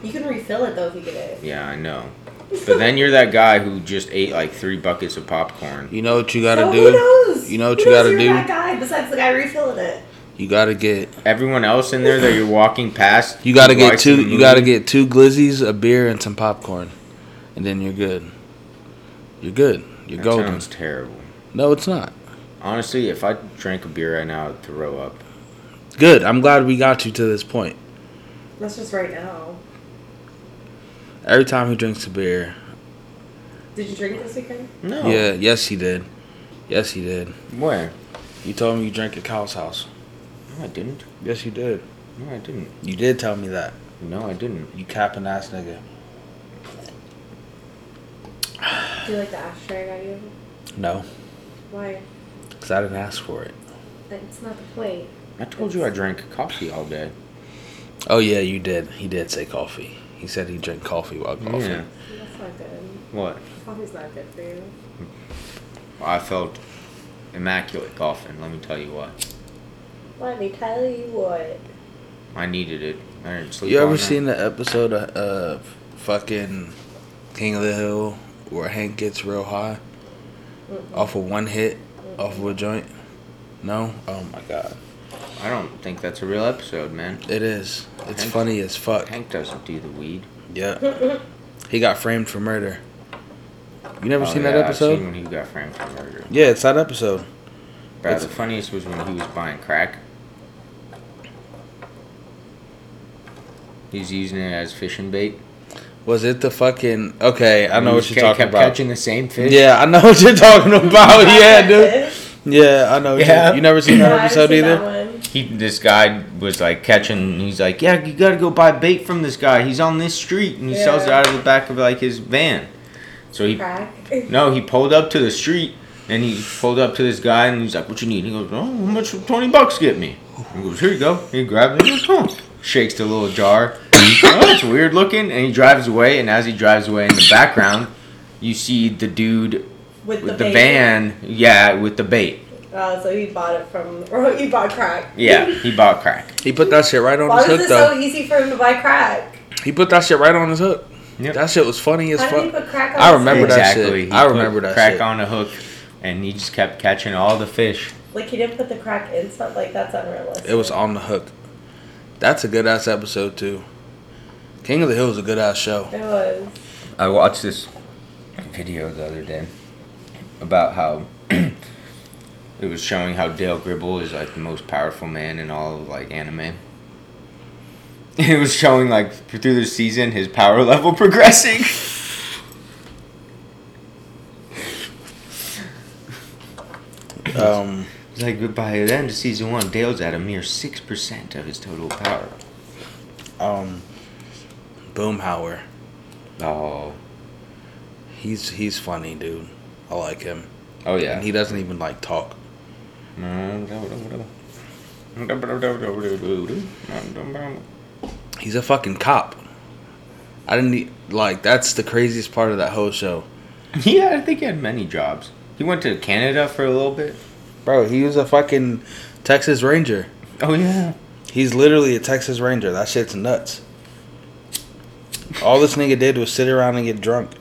S3: You can refill it though if you get it.
S2: Yeah, I know. But then you're that guy who just ate like three buckets of popcorn.
S1: I, you know what you gotta
S3: so
S1: do.
S3: Who knows?
S1: You know what
S3: Who
S1: you
S3: knows
S1: gotta
S3: you're
S1: do?
S3: That guy besides the guy refilling it.
S1: You gotta get.
S2: Everyone else in there that you're walking past.
S1: You gotta
S2: who
S1: get
S2: likes
S1: two.
S2: the
S1: You
S2: movie,
S1: gotta get two glizzies, a beer, and some popcorn, and then you're good. You're good. You're
S2: That
S1: golden.
S2: sounds terrible.
S1: No, it's not
S2: Honestly, if I drank a beer right now, I'd throw up.
S1: good. I'm glad we got you to this point.
S3: That's just right now.
S1: Every time he drinks a beer,
S3: Did you drink this weekend?
S2: No.
S1: yeah, yes he did, yes he did.
S2: Where?
S1: You told me you drank at Kyle's house.
S2: No, I didn't.
S1: Yes, you did.
S2: No, I didn't.
S1: You did tell me that.
S2: No, I didn't.
S1: You capping ass nigga.
S3: Do you like the ashtray I got you?
S1: No,
S3: Why?
S1: because I didn't ask for it.
S3: It's not the point.
S2: I told you I drank coffee all day.
S1: Oh yeah, you did. He did say coffee. He said he drank coffee while golfing.
S2: Yeah.
S3: That's not good.
S2: What?
S3: Coffee's not good for you.
S2: I felt immaculate golfing, let me tell you what.
S3: Let me tell you what.
S2: I needed it. I didn't sleep
S1: You
S2: all
S1: ever
S2: night.
S1: seen the episode of uh, fucking King of the Hill where Hank gets real high off of one hit, off of a joint? No? Oh my god.
S2: I don't think that's a real episode, man.
S1: It is. It's
S2: Hank-
S1: funny as fuck.
S2: Hank doesn't do the weed.
S1: Yeah. He got framed for murder. You never
S2: Oh,
S1: seen
S2: yeah,
S1: that episode?
S2: I've seen when he got framed for murder.
S1: Yeah, it's that episode.
S2: Bro,
S1: It's-
S2: the funniest was when he was buying crack. He's using it as fishing bait.
S1: Was it the fucking. Okay, I know
S2: He
S1: what you're
S2: just kept-
S1: talking
S2: kept
S1: about.
S2: Catching the same fish.
S1: Yeah, I know what you're talking about. yeah, dude. Yeah, I know. what you-
S2: Yeah.
S1: You never seen
S3: No,
S1: that
S3: I haven't
S1: episode
S3: seen
S1: either?
S3: that one.
S2: He, this guy was like catching. He's like, yeah, you gotta go buy bait from this guy. He's on this street, and he sells it
S3: Yeah.
S2: out of the back of like his van. So he
S3: Crack.
S2: No, he pulled up to the street and he pulled up to this guy and he's like, "What you need?" He goes, "Oh, how much will twenty bucks get me?" He goes, "Here you go." He grabs it. He goes, "Oh." Shakes the little jar. He's like, oh, it's weird looking, and he drives away. And as he drives away, in the background, you see the dude with
S3: With, the,
S2: the,
S3: bait.
S2: van. Yeah, with the bait.
S3: Uh, so he bought it from, or he bought crack.
S2: Yeah, he bought crack.
S1: He put that shit right on
S3: Why
S1: his
S3: was
S1: hook,
S3: it
S1: though.
S3: so easy for him to buy crack?
S1: He put that shit right on his hook.
S2: Yep.
S1: That shit was funny as
S3: How did he
S1: fuck.
S3: put crack on
S1: I
S3: his
S1: remember
S3: hook?
S1: that shit.
S2: He
S1: I
S2: put
S1: remember that
S2: crack
S1: shit.
S2: on a hook, and he just kept catching all the fish.
S3: Like he didn't put the crack in stuff. Like that's unrealistic.
S1: It was on the hook. That's a good ass episode too. King of the Hill is a good ass show.
S3: It was.
S2: I watched this video the other day about how it was showing how Dale Gribble is like the most powerful man in all of like anime. It was showing like through the season his power level progressing.
S1: Um,
S2: It's like by the end of season one, Dale's at a mere six percent of his total power.
S1: um, Boomhauer.
S2: Oh,
S1: He's he's funny, dude. I like him.
S2: Oh yeah.
S1: And he doesn't even like talk. He's a fucking cop. I didn't e- like. That's the craziest part of that whole show,
S2: Yeah, I think he had many jobs. He went to Canada for a little bit.
S1: bro. He was a fucking Texas Ranger.
S2: Oh yeah.
S1: He's literally a Texas Ranger. That shit's nuts. All this nigga did was sit around and get drunk.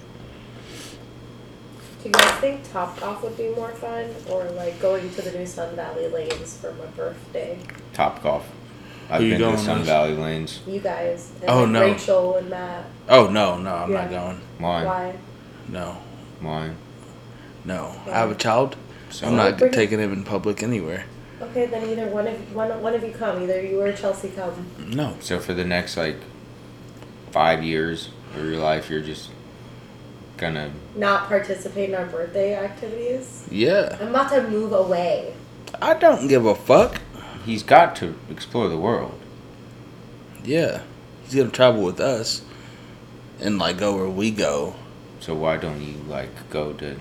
S3: Do you guys think Top Golf would be more fun or like going to the new Sun Valley Lanes for my birthday?
S2: Top golf. I've
S1: Who you
S2: been to
S1: going
S2: Sun
S1: with?
S2: Valley Lanes.
S3: You guys and
S1: Oh,
S3: like,
S1: no.
S3: Rachel and Matt.
S1: Oh no, no, I'm not
S3: Yeah.
S1: going.
S2: Why?
S3: Why?
S1: No,
S2: Why?
S1: no. I have a child.
S2: So
S1: I'm not
S3: Bring-
S1: taking him in public anywhere.
S3: Okay, then either one of one one of you come. Either you or Chelsea come.
S1: No.
S2: So for the next like five years of your life, you're just gonna.
S3: Not participate in our birthday activities.
S1: Yeah.
S3: I'm about to move away.
S1: I don't give a fuck.
S2: He's got to explore the world.
S1: Yeah. He's gonna travel with us and like go where we go.
S2: So why don't you like go to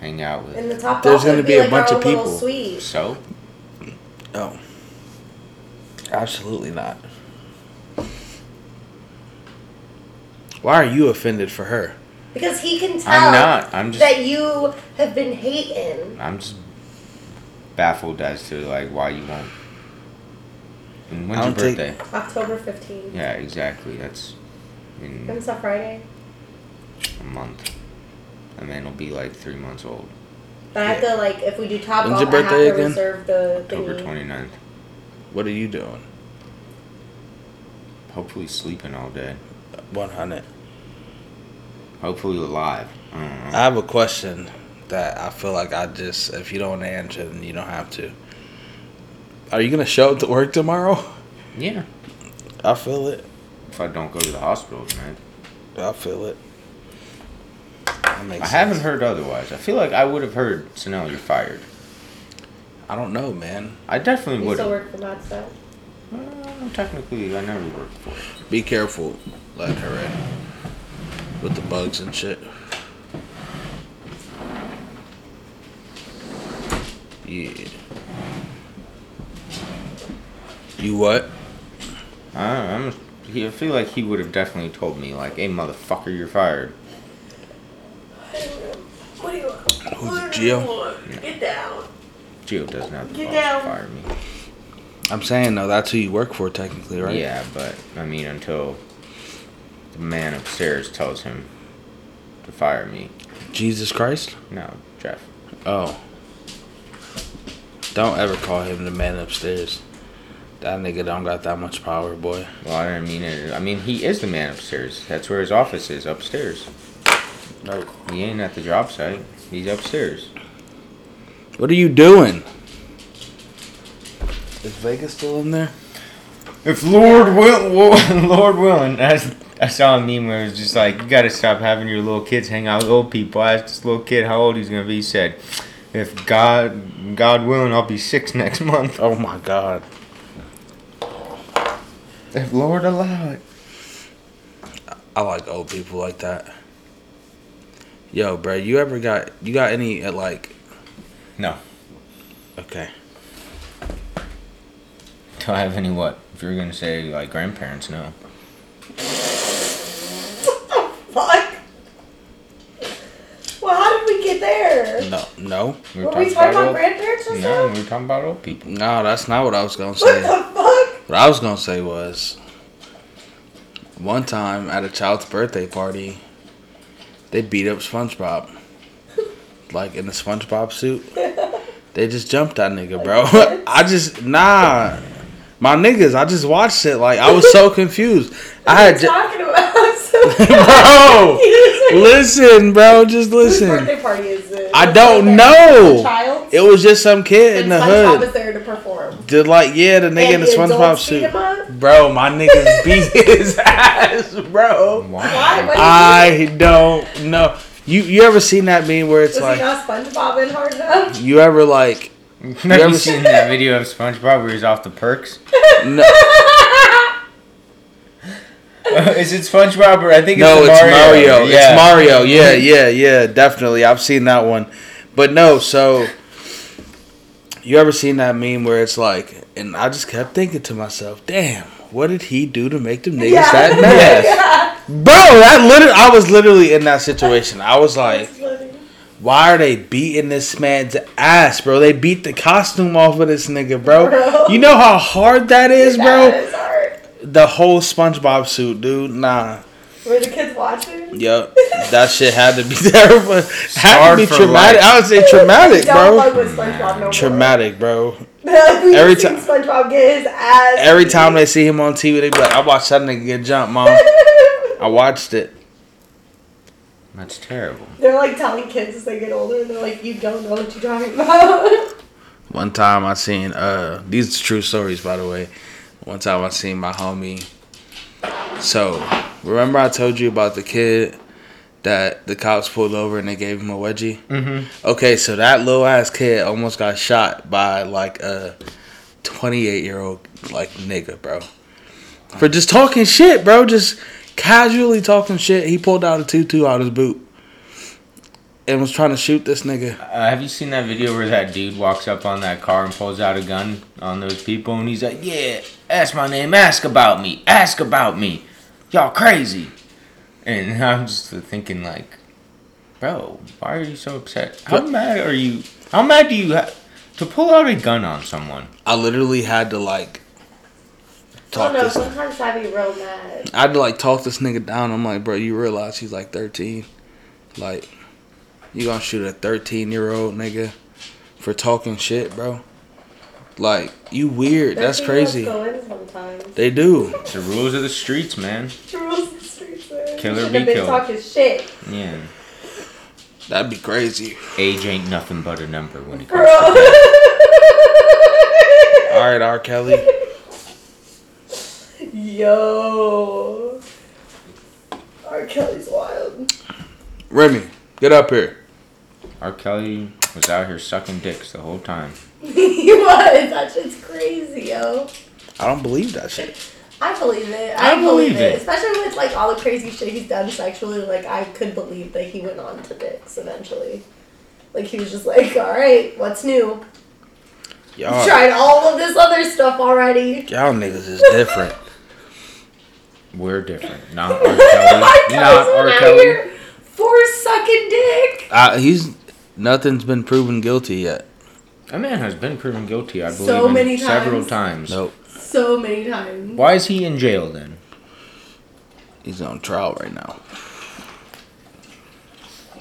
S2: hang out
S3: And
S2: with?
S3: the top
S1: There's
S3: golf would
S1: gonna be a
S3: like
S1: bunch
S3: our
S1: of
S3: own little
S1: people.
S3: Suite.
S2: So
S1: Oh. Absolutely not. Why are you offended for her?
S3: Because he can tell
S2: I'm not. I'm just.
S3: that you have been hating.
S2: I'm just baffled as to like why you won't. And when's
S1: I
S2: your
S1: don't think-
S2: birthday?
S3: October 15th.
S2: Yeah, exactly. That's in
S3: Comes up Friday.
S2: a month. And then it'll be like three months old.
S3: But I have to like if we do top
S1: When's
S3: golf,
S1: your
S3: I have
S1: birthday
S3: to
S1: again?
S3: reserve the
S2: October
S3: thingy.
S2: 29th.
S1: What are you doing?
S2: Hopefully sleeping all day.
S1: 100.
S2: Hopefully alive. I don't know.
S1: I have a question that I feel like I just, if you don't want to answer, then you don't have to. Are you going to show up to work tomorrow?
S2: yeah.
S1: I feel it.
S2: If I don't go to the hospital tonight.
S1: I feel it. That makes
S2: I haven't
S1: sense.
S2: heard otherwise. I feel like I would have heard, so now you're fired.
S1: I don't know, man.
S2: I definitely
S3: You
S2: would
S3: still
S2: have.
S3: work for Matt stuff?
S2: Uh, technically, I never worked for it.
S1: Be careful, like her in with the bugs and shit. Yeah. You what?
S2: I don't know, I'm, he, I feel like he would have definitely told me, like, hey, motherfucker, you're fired.
S3: What do you want?
S1: Who's it, Gio?
S3: Get down.
S2: Geo doesn't have the
S3: Get
S2: balls
S3: down.
S2: to fire me.
S1: I'm saying though, that's who you work for technically, right?
S2: Yeah, but I mean, until the man upstairs tells him to fire me.
S1: Jesus Christ.
S2: No, Jeff.
S1: Oh. Don't ever call him the man upstairs. That nigga don't got that much power, boy.
S2: Well, I didn't mean it. I mean, he is the man upstairs. That's where his office is, upstairs.
S1: No.
S2: He ain't at the job site. He's upstairs.
S1: What are you doing? Is Vegas still in there?
S2: If Lord will, will Lord willing, I, I saw a meme where it was just like, you gotta stop having your little kids hang out with old people. I asked this little kid how old he's gonna be. He said, if God, God willing, I'll be six next month.
S1: Oh my god.
S2: If Lord allow it.
S1: I like old people like that. Yo, bro, you ever got you got any at like
S2: No.
S1: okay.
S2: Do I have any what? If you're gonna say like grandparents, no.
S3: Fuck. Well, how did we get there?
S1: No no.
S2: We
S3: Were we talking about grandparents or
S2: old, no,
S3: something?
S2: we were talking about old people.
S1: No, that's not what I was gonna
S3: What
S1: say.
S3: the fuck?
S1: What I was gonna say was, one time at a child's birthday party, they beat up SpongeBob, like in the SpongeBob suit. They just jumped that nigga, bro. I just nah, my niggas. I just watched it. Like I was so confused. I had
S3: We're
S1: ju-
S3: talking about. I'm so
S1: bro.
S3: confused.
S1: Listen, bro. Just
S3: Whose
S1: listen.
S3: birthday party is this?
S1: I don't
S3: Is it
S1: know.
S3: a child's?
S1: It was just some kid in
S3: And
S1: the
S3: SpongeBob
S1: hood.
S3: is there to perform.
S1: Did like yeah, the nigga in
S3: And
S1: the
S3: the adults
S1: SpongeBob
S3: beat
S1: suit.
S3: him up?
S1: Bro, my niggas beat his ass, bro.
S3: Why? What
S1: I don't know. You you ever seen that meme where it's
S3: Was
S1: like
S3: he not SpongeBob in hard enough?
S1: you ever like
S2: Have you ever seen that video of SpongeBob where he's off the perks?
S1: no,
S2: Is it SpongeBob or I think
S1: no,
S2: it's,
S1: it's
S2: the
S1: Mario.
S2: Yeah.
S1: It's Mario. Yeah, yeah, yeah. Definitely, I've seen that one. But no, so you ever seen that meme where it's like, and I just kept thinking to myself, damn, what did he do to make them niggas
S6: Yeah.
S1: that mad? Bro, that literally, I was literally in that situation. I was like, why are they beating this man's ass, bro? They beat the costume off of this nigga, bro.
S6: Bro.
S1: You know how hard that is, bro?
S6: It's hard.
S1: The whole SpongeBob suit, dude. Nah.
S6: Were the kids watching?
S1: Yep, that shit had to be terrible. Had to
S2: Scarred
S1: be
S2: for
S1: traumatic.
S2: life.
S1: I would say traumatic,
S6: Don't fuck
S1: bro.
S6: with SpongeBob no more.
S1: Traumatic, bro.
S6: We
S1: Every ti-
S6: seen SpongeBob get his ass.
S1: Every time they see him on TV, they be like, "I watched that nigga get jumped, mom. I watched it."
S2: That's terrible.
S6: they're like telling kids as they get older, they're like, you don't know what you're talking about.
S1: One time I seen uh these are true stories by the way. One time I seen my homie. So remember I told you about the kid that the cops pulled over and they gave him a wedgie.
S2: Mm-hmm.
S1: Okay, so that little ass kid almost got shot by like a 28 year old like nigga, bro. For just talking shit, bro. Just casually talking shit. He pulled out a tutu out of his boot and was trying to shoot this nigga.
S2: Uh, have you seen that video where that dude walks up on that car and pulls out a gun on those people and he's like, "Yeah, that's my name. Ask about me. Ask about me. Y'all crazy." And I'm just thinking like, "Bro, why are you so upset? How
S1: But-
S2: mad are you? How mad do you have to pull out a gun on someone?"
S1: I literally had to like talk
S3: oh no,
S1: this.
S3: sometimes I be real mad.
S1: I had to like talk this nigga down. I'm like, bro, you realize he's like 13. Like, you gonna shoot a 13 year old nigga for talking shit, bro? Like, you weird. That's crazy.
S3: Go in sometimes.
S1: They do.
S2: It's the rules of the streets, man.
S3: Charles the streets. man.
S2: Killer
S3: Shouldn't
S2: be
S3: have been
S2: killer.
S3: talking shit,
S2: Yeah,
S1: That'd be crazy.
S2: age ain't nothing but a number when it comes.
S3: bro.
S1: All right, R. Kelly.
S3: Yo. R. Kelly's wild.
S1: Remy, get up here.
S2: R. Kelly was out here sucking dicks the whole time.
S3: he was. That shit's crazy, yo.
S1: I don't believe that shit.
S3: I believe it. I,
S2: I
S3: believe,
S2: believe
S3: it.
S2: it.
S3: Especially with like all the crazy shit he's done sexually, like I could believe that he went on to dicks eventually. Like he was just like, all right, what's new?
S2: Uh,
S1: Y'all,
S3: Tried all of this other stuff already.
S1: y'all niggas is different.
S2: We're different. Not R. Kelly.
S3: My
S2: Not
S3: cousin
S2: R.
S3: out
S2: Kelly.
S3: here for sucking dick.
S1: I, he's nothing's been proven guilty yet.
S2: That man has been proven guilty, I
S3: So
S2: believe, in
S3: many
S2: several times.
S3: times.
S1: Nope.
S3: So many times.
S2: Why is he in jail then?
S1: He's on trial right now.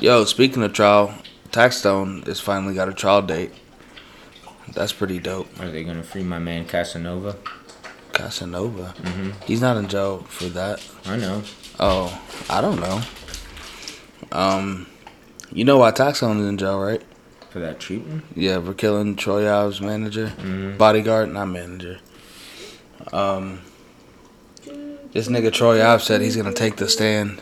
S1: Yo, speaking of trial, Taxstone has finally got a trial date. That's pretty dope.
S2: Are they gonna free my man Casanova? Mm-hmm.
S1: Casanova. He's not in jail for that.
S2: I know.
S1: Oh, I don't know. Um, you know why Taxstone is in jail, right?
S2: For that treatment? Mm-hmm.
S1: Yeah, for killing Troy Ave's manager, bodyguard, not manager. Um, this nigga Troy Ave said he's gonna take the stand.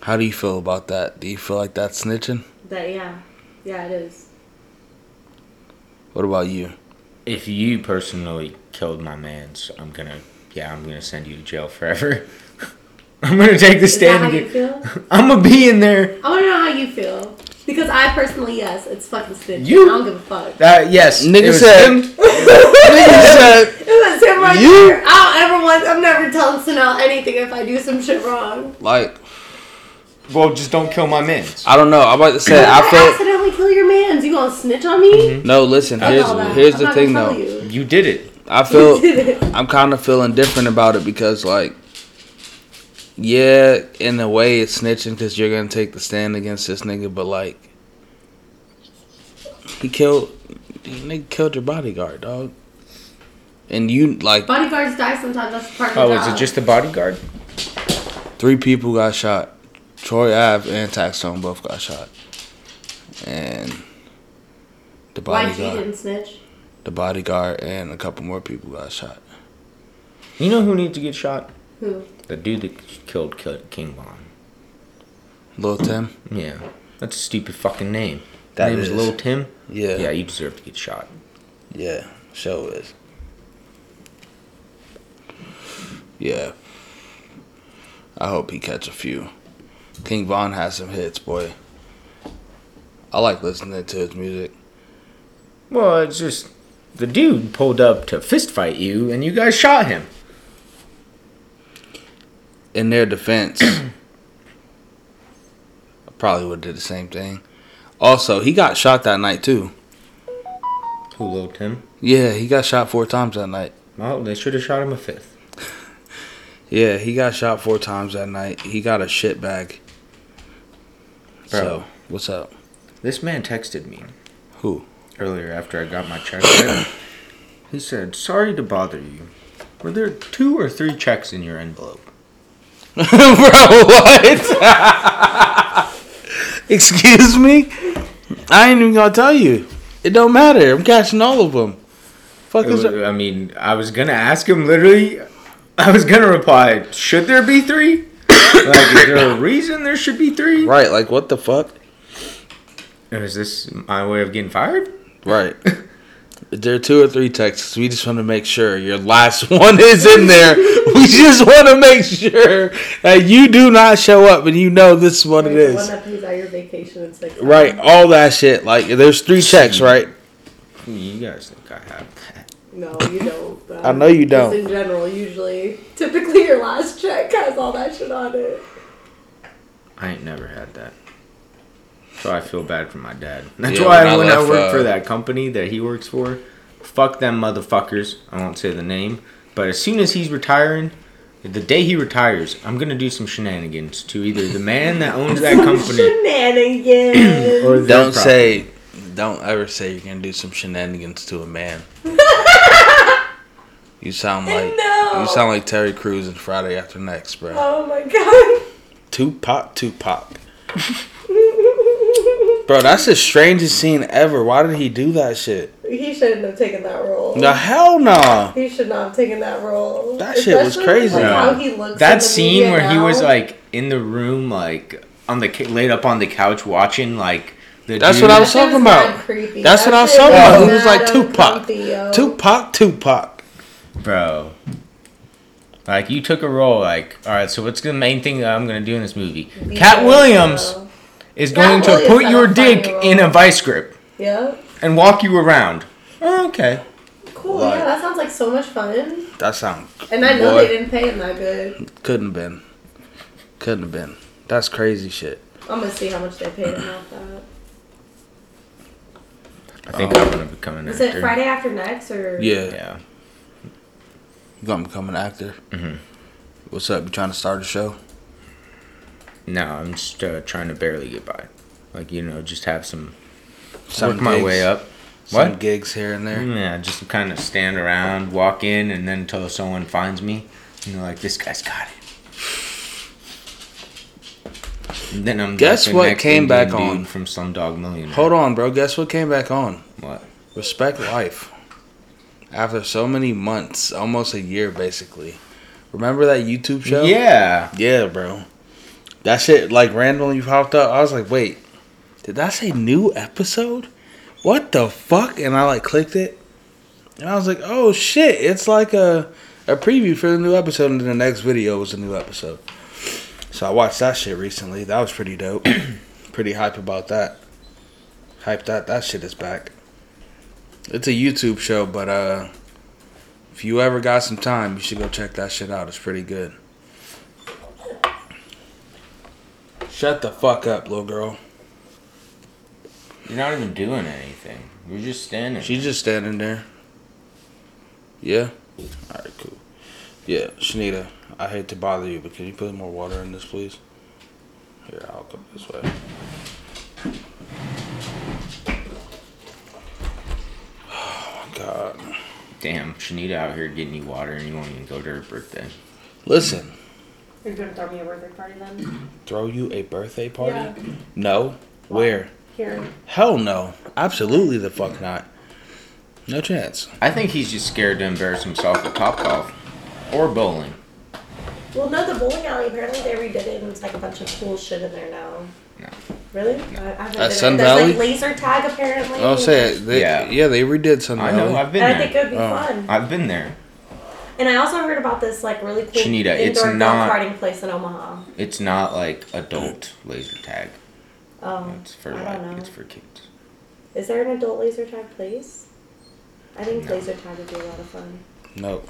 S1: How do you feel about that? Do you feel like that's snitching?
S6: But yeah, yeah, it is.
S1: What about you?
S2: If you personally killed my man's, I'm gonna yeah, I'm gonna send you to jail forever. I'm gonna take the
S6: Is that
S2: stand
S6: how
S2: and
S6: you
S2: get,
S6: feel?
S2: I'm gonna be in there.
S6: I want to know how you feel because I personally, yes, it's fucking stupid.
S2: You-
S6: I don't give a fuck.
S2: That Uh, yes,
S1: Nigga
S2: it was
S1: said-
S2: him.
S1: Nigga said,
S6: It was him right
S1: You-
S6: there. I don't ever want. I'm never telling Sunil anything if I do some shit wrong.
S1: like,
S2: Well, just don't kill my man's.
S1: I don't know. I'm about to say,
S6: I,
S1: I feel.
S6: accidentally kill your man's. You gonna snitch on me?
S1: No, listen.
S6: Fuck
S1: Here's
S6: all that.
S1: here's
S6: I'm
S1: the
S6: not
S1: thing
S6: gonna tell
S1: though.
S6: you.
S2: You did it.
S1: I
S6: You
S1: feel.
S6: did it.
S1: I'm kind of feeling different about it because, like, yeah, in a way, it's snitching because you're gonna take the stand against this nigga, but like, he killed, he nigga killed your bodyguard, dog. And you like
S6: Bodyguards die sometimes. That's part of the
S2: Oh,
S6: job.
S2: was it just the bodyguard?
S1: three people got shot. Troy Ave and Taxstone both got shot, and the
S6: why you
S1: bodyguard,
S6: didn't snitch?
S1: the bodyguard, and a couple more people got shot.
S2: You know who needs to get shot?
S6: Who?
S2: The dude that killed Ki- King Von.
S1: Lil Tim,
S2: Yeah, that's a stupid fucking name.
S1: That
S2: That name is
S1: is.
S2: Lil Tim.
S1: yeah,
S2: Yeah,
S1: yeah,
S2: you deserve to get shot.
S1: yeah show is, yeah. I hope he catch a few. King Von has some hits, boy. I like listening to his music.
S2: Well, it's just the dude pulled up to fist fight you, and you guys shot him.
S1: In their defense, I probably would have did the same thing. Also, he got shot that night too.
S2: Who loved him?
S1: Yeah, he got shot four times that night.
S2: Well, they should have shot him a fifth.
S1: Yeah, he got shot four times that night. He got a shit bag.
S2: Bro.
S1: So, what's up?
S2: This man texted me
S1: Who?
S2: earlier after I got my check. right? he said, "Sorry to bother you. Were there two or three checks in your envelope?"
S1: Bro, what? Excuse me? I ain't even gonna tell you. It don't matter. I'm catching all of them. Fuck
S2: It was-
S1: is
S2: I mean, I was gonna ask him literally. I was gonna reply, "Should there be three? like, is there a reason there should be three?
S1: Right, like what the fuck?
S2: Or is this my way of getting fired?"
S1: Right. There are two or three texts. We just want to make sure your last one is in there. we just want to make sure that you do not show up and you know this is what it
S3: the
S1: is.
S3: one that pays out your vacation and six.
S1: Right, all that shit. Like, there's three checks, right?
S2: You guys think I have that?
S3: No, you don't. But
S1: I know you don't.
S3: Just in general, usually, typically your last check has all that shit on it.
S2: I ain't never had that. So I feel bad for my dad. That's
S1: Yeah,
S2: why
S1: when I
S2: when, I,
S1: left,
S2: worked
S1: uh,
S2: for that company that he works for, fuck them motherfuckers. I won't say the name, but as soon as he's retiring, the day he retires, I'm gonna do some shenanigans to either the man that owns that company
S3: Shenanigans.
S2: or their
S1: Don't
S2: property.
S1: say, don't ever say you're gonna do some shenanigans to a man. you sound like
S3: No.
S1: you sound like Terry Crews in Friday After Next, bro.
S3: oh my god.
S1: Tupac, Tupac, bro. That's the strangest scene ever. Why did he do that shit?
S3: he shouldn't have taken that role.
S1: The hell no.
S3: He should not have taken that role.
S1: That shit was
S3: Especially,
S1: crazy.
S3: Like,
S2: Yeah.
S3: how he looks in
S2: that
S3: the
S2: scene
S3: media
S2: where he was
S3: now.
S2: like in the room, like on the ca- laid up on the couch watching, like the
S1: That's
S2: dude-
S1: what I
S3: That
S1: was
S3: shit
S1: talking
S3: mad
S1: about.
S3: creepy.
S1: That's what I was
S3: shit
S2: Oh,
S1: talking about. He was
S3: mad
S1: like Tupac,
S3: uncomfy, yo.
S1: Tupac, Tupac.
S2: bro. Like you took a role, like all right. So what's the main thing that I'm gonna do in this movie?
S3: Be
S2: Cat
S3: nice,
S2: Williams
S3: yo.
S2: is
S3: Cat
S2: going to
S3: Williams
S2: put
S3: had
S2: your
S3: a
S2: dick
S3: funny
S2: in
S3: role.
S2: a vice grip
S3: Yeah.
S2: and walk you around. Oh, okay.
S3: Cool.
S1: Like-
S3: yeah, that sounds like so much fun.
S1: That sound
S3: And I know
S1: Boy.
S3: they didn't pay him that good.
S1: couldn't have been, couldn't have been. That's crazy shit.
S3: I'm gonna see how much they paid him off
S2: I
S3: that.
S2: think I'm gonna become an
S3: Is
S2: actor.
S3: it Friday after next or?
S1: Yeah.
S2: Yeah.
S1: You gonna become an actor?
S2: Mhm.
S1: What's up? You trying to start a show?
S2: No, I'm just uh, trying to barely get by. Like you know, just have some
S1: Some
S2: work my
S1: gigs-
S2: way up.
S1: Some
S2: What?
S1: gigs here and there.
S2: Yeah, just kind of stand around, walk in, and then until someone finds me, you know, like this guy's got it. And then I'm
S1: Guess
S2: like the
S1: what
S2: next
S1: came
S2: Indian
S1: back
S2: dude
S1: on?
S2: from Slumdog Millionaire.
S1: Hold on, bro. Guess what came back on?
S2: What?
S1: Respect life. After so many months, almost a year basically. Remember that YouTube show?
S2: Yeah.
S1: Yeah, bro. That shit like randomly popped up. I was like, wait, did that say new episode? What the fuck? And I like clicked it. And I was like, oh shit, it's like a, a preview for the new episode and then the next video was the new episode. So I watched that shit recently. That was pretty dope. pretty hype about that. Hype that that shit is back. It's a YouTube show, but uh if you ever got some time, you should go check that shit out. It's pretty good. Shut the fuck up, little girl.
S2: You're not even doing anything. You're just standing.
S1: She's just standing there. Yeah? Alright, cool. Yeah, Shanita, I hate to bother you, but can you put more water in this, please? Here, I'll go this way. Oh, my God.
S2: Damn, Shanita out here getting you water, and you won't even go to her birthday.
S1: Listen,
S6: You're gonna throw me a birthday party then?
S1: throw you a birthday party?
S3: Yeah.
S1: No. Where?
S6: Here.
S1: Hell no. Absolutely the fuck not. No chance.
S2: I think he's just scared to embarrass himself at top golf or bowling.
S6: Well, no, the bowling alley. Apparently, they redid it, and it's like a bunch of cool shit in there now.
S2: No.
S6: Really? I, I haven't
S1: At
S6: been
S1: Sun
S6: there. There's
S1: Valley?
S6: like laser tag apparently.
S1: I'll say it. They, yeah.
S2: Yeah.
S1: they redid something.
S2: I know. I've been
S6: And I
S2: there.
S6: think it would be
S1: Oh.
S6: fun.
S2: I've been there.
S3: And
S6: and
S3: I also heard about this like really cool
S2: Shanita,
S3: indoor
S2: it's
S3: go-karting
S2: not-
S3: place in Omaha.
S2: It's not like adult laser tag.
S3: Oh,
S2: It's for
S3: I don't
S2: like
S3: know.
S2: it's for kids.
S3: Is there an adult laser tag place? I think
S2: No.
S3: laser tag would be a lot of fun.
S1: No.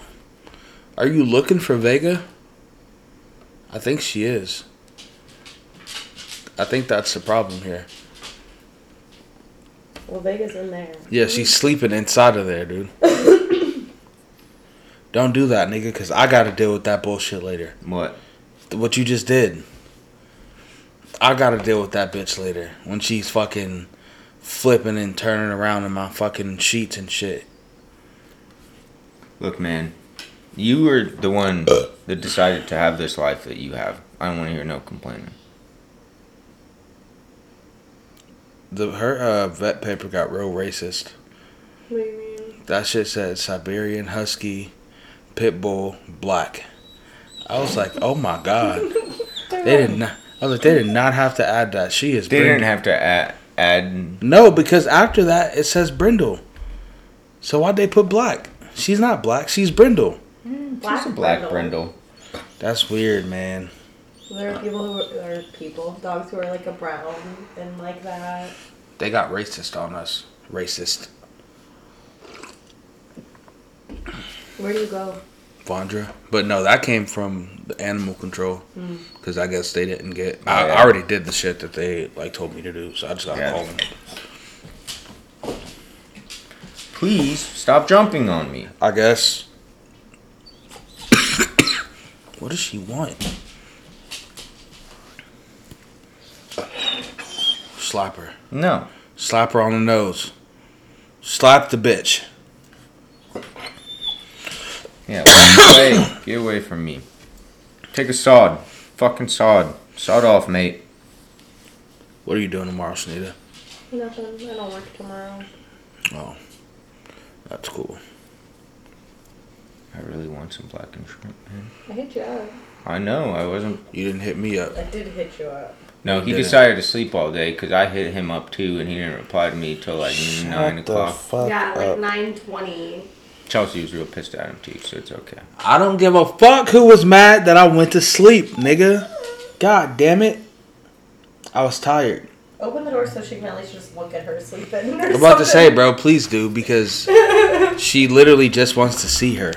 S1: Are you looking for Vega? I think she is. I think that's the problem here.
S3: Well, Vega's in there.
S1: Yeah, she's sleeping inside of there, dude. Don't do that, nigga, because I got to deal with that bullshit later.
S2: What?
S1: What you just did. I got to deal with that bitch later when she's fucking flipping and turning around in my fucking sheets and shit.
S2: Look, man, you were the one that decided to have this life that you have. I don't want to hear no complaining.
S1: The her uh, vet paper got real racist.
S3: What do you mean?
S1: That shit said Siberian Husky, Pit Bull, Black. I was like, oh my god, they did not. I was like, they did not have to add that. She is.
S2: They
S1: Brindle.
S2: didn't have to add. add
S1: No, because after that it says Brindle. So why'd they put black? She's not black. She's Brindle.
S3: Black
S2: she's a black
S3: brindle.
S2: brindle.
S1: That's weird, man.
S3: There are people who are, are people, dogs who are like a brown and like that.
S1: They got racist on us. Racist.
S3: Where do you go?
S1: Vondra. But no, that came from the animal control. Because I guess they didn't get. I,
S2: Oh, Yeah.
S1: I already did the shit that they like told me to do, so I just got to
S2: Yeah.
S1: call them.
S2: Please stop jumping on me.
S1: I guess. what does she want? Slap her.
S2: No.
S1: Slap her on the nose. Slap the bitch.
S2: Yeah. Walk away. Get away from me. Take a sod. Fucking sod. Sod off, mate.
S1: What are you doing tomorrow, Shanita?
S3: Nothing. I don't work tomorrow.
S1: Oh, that's cool.
S2: I really want some black and shrimp, man.
S3: I hit you up.
S2: I know. I wasn't.
S1: You didn't hit me up.
S3: I did hit you up.
S2: No, he
S1: Didn't.
S2: decided to sleep all day because I hit him up too, and he didn't reply to me till like nine o'clock.
S1: fuck
S3: yeah, like nine twenty.
S2: Chelsea was real pissed at him too, so it's okay.
S1: I don't give a fuck who was mad that I went to sleep, nigga. God damn it. I was tired.
S3: Open the door so she can at least just look at her sleeping. or
S1: I'm about to say,
S3: something.
S1: bro, please do because she literally just wants to see her.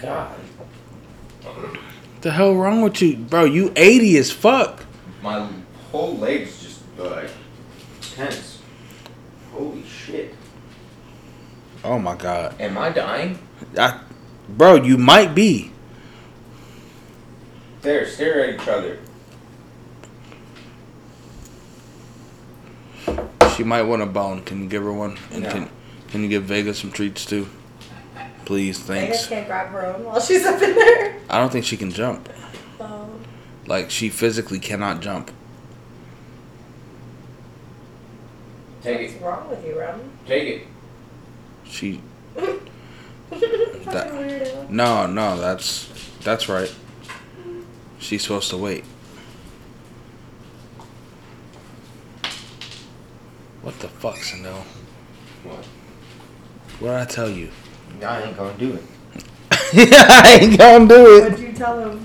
S2: God,
S1: The hell wrong with you, bro? You 80 as fuck.
S2: my whole leg's just like tense. Holy shit!
S1: Oh my god,
S2: Am I dying?
S1: I, bro, you might be.
S2: There, stare at each other.
S1: She might want a bone. Can you give her one? And
S2: No.
S1: can can you give Vega some treats too? Please, thanks.
S3: Vegas can't grab her own while she's up in there.
S1: I don't think she can jump.
S3: Um,
S1: Like she physically cannot jump.
S3: what's wrong with you, Rum?
S2: take it.
S1: She
S3: Fucking weirdo.
S1: no, no. That's that's right. She's supposed to wait. What the fuck, Sando?
S2: What?
S1: What did I tell you?
S2: I ain't gonna do it.
S1: I ain't gonna do
S3: What'd you tell him?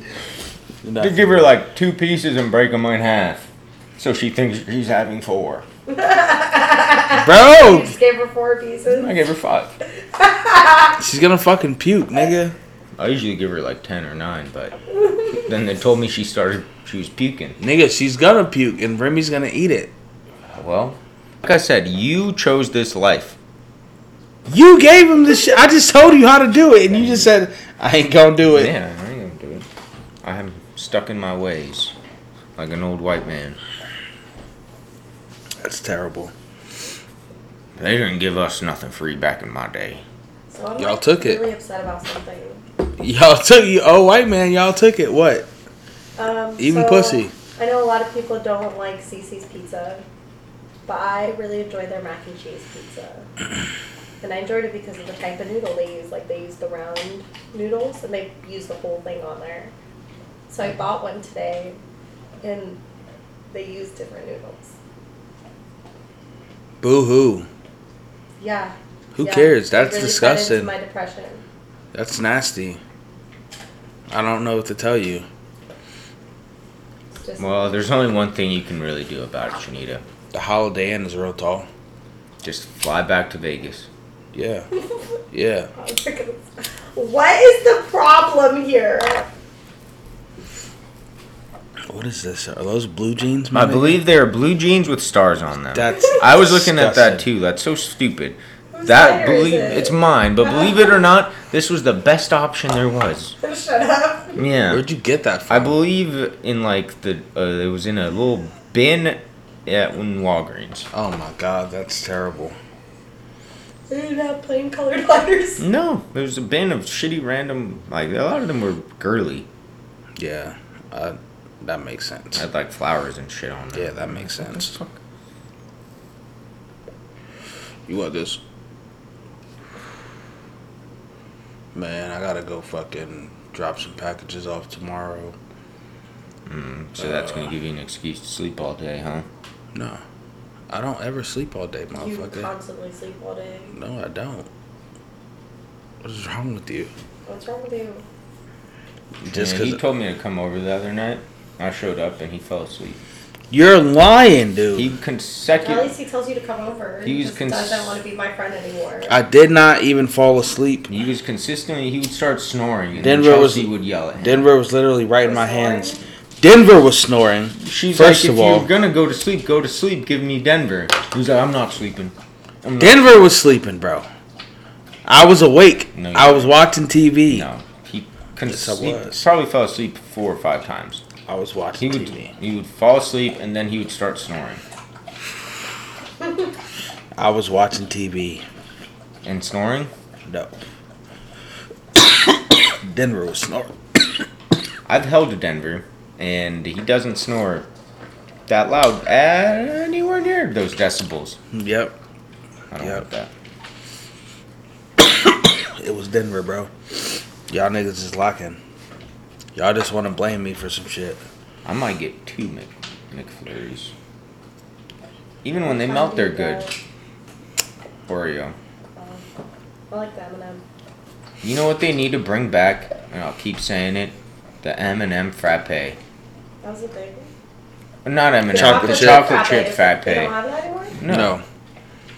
S2: To give her like two pieces and break them in half, so she thinks she's having four.
S1: Bro!
S3: You just gave her four pieces.
S2: I gave her five.
S1: She's gonna fucking puke, nigga.
S2: I usually give her like ten or nine, but then they told me she started. She was puking.
S1: Nigga, she's gonna puke and Remy's gonna eat it.
S2: Well, like I said, you chose this life.
S1: You gave him this shit. I just told you how to do it and you just said, I ain't gonna do it.
S2: Yeah, I ain't gonna do it. I'm stuck in my ways, like an old white man.
S1: That's terrible.
S2: They didn't give us nothing free back in my day.
S3: So I'm
S1: Y'all
S3: like,
S1: took it.
S3: really upset about something.
S1: Y'all took you oh white man, y'all took it. What?
S3: Um,
S1: Even
S3: so,
S1: pussy.
S3: I know a lot of people don't like Cece's pizza, but I really enjoy their mac and cheese pizza. and I enjoyed it because of the type of noodle they use. Like they use the round noodles and they use the whole thing on there. So I bought one today, and they use different noodles.
S1: Boo hoo.
S3: Yeah.
S1: Who
S3: yeah,
S1: cares?
S3: it
S1: That's
S3: really fed into
S1: disgusting.
S3: My depression.
S1: That's nasty. I don't know what to tell you.
S3: Just
S2: Well, there's only one thing you can really do about it, Shanita.
S1: The Holiday Inn is real tall.
S2: Just fly back to Vegas.
S1: Yeah. Yeah.
S3: what is the problem here?
S1: What is this? Are those blue jeans?
S2: I
S1: Mimi?
S2: believe they are blue jeans with stars on them.
S1: That's.
S2: I was looking at that
S1: disgusting.
S2: too. That's so stupid.
S3: Whose
S2: That
S3: letter is
S2: believe
S3: it?
S2: it's mine, but believe it or not, this was the best option there was.
S3: Shut up.
S2: Yeah.
S1: Where'd you get that from?
S2: I believe in like the uh, it was in a little bin at in Walgreens.
S1: Oh my god, that's terrible.
S3: Are you not plain colored letters?
S2: No, there was a bin of shitty random like a lot of them were girly.
S1: Yeah. Uh, that makes sense.
S2: Had like flowers and shit on them.
S1: Yeah, that makes sense. You want this? Man, I gotta go fucking drop some packages off tomorrow.
S2: Mm, so that's gonna give you an excuse to sleep all day, huh?
S1: No. I don't ever sleep all day,
S6: You
S1: motherfucker.
S6: constantly sleep all day.
S1: no, I don't. What is wrong with you?
S3: What's wrong with you?
S1: Just
S2: yeah,
S1: 'cause-
S2: he told me to come over the other night. I showed up and he fell asleep.
S1: You're lying, dude.
S2: He
S6: At least
S2: consecutive.
S6: he tells you to come over.
S2: He
S6: He
S2: was
S6: just
S2: cons-
S6: doesn't want to be my friend anymore.
S1: I did not even fall asleep.
S2: He was consistently. He would start snoring, and
S1: Denver
S2: then
S1: was-
S2: Chelsea would yell at him.
S1: Denver was literally right in
S3: Was
S1: my
S3: snoring?
S1: hands. Denver was snoring.
S2: She's
S1: First
S2: like,
S1: of
S2: if
S1: all-
S2: you're gonna go to sleep, go to sleep. Give me Denver. He's like, I'm not sleeping. I'm not-
S1: Denver was sleeping, bro. I was awake.
S2: No, you
S1: I was watching TV.
S2: No, he con-
S1: Yes, I
S2: he
S1: was.
S2: probably fell asleep four or five times.
S1: I was
S2: He
S1: watching
S2: would
S1: TV.
S2: he would fall asleep and then he would start snoring
S1: I was watching TV.
S2: and snoring.
S1: No. Denver was snoring.
S2: I've held a Denver, and he doesn't snore that loud anywhere near those decibels.
S1: Yep.
S2: I don't
S1: Yep.
S2: like that.
S1: It was Denver, bro. Y'all niggas is locking. Y'all just want to blame me for some shit.
S2: I might get two Mc McFlurries. Even when they melt, they're good. Oreo.
S3: uh, I like the M&M.
S2: You know what they need to bring back, and I'll keep saying it: the M and M frappe.
S3: That was a thing.
S2: Not M and M,
S1: Chocolate
S2: the
S1: chip.
S2: chocolate chip
S3: They don't
S2: frappe.
S3: have that anymore?
S2: No,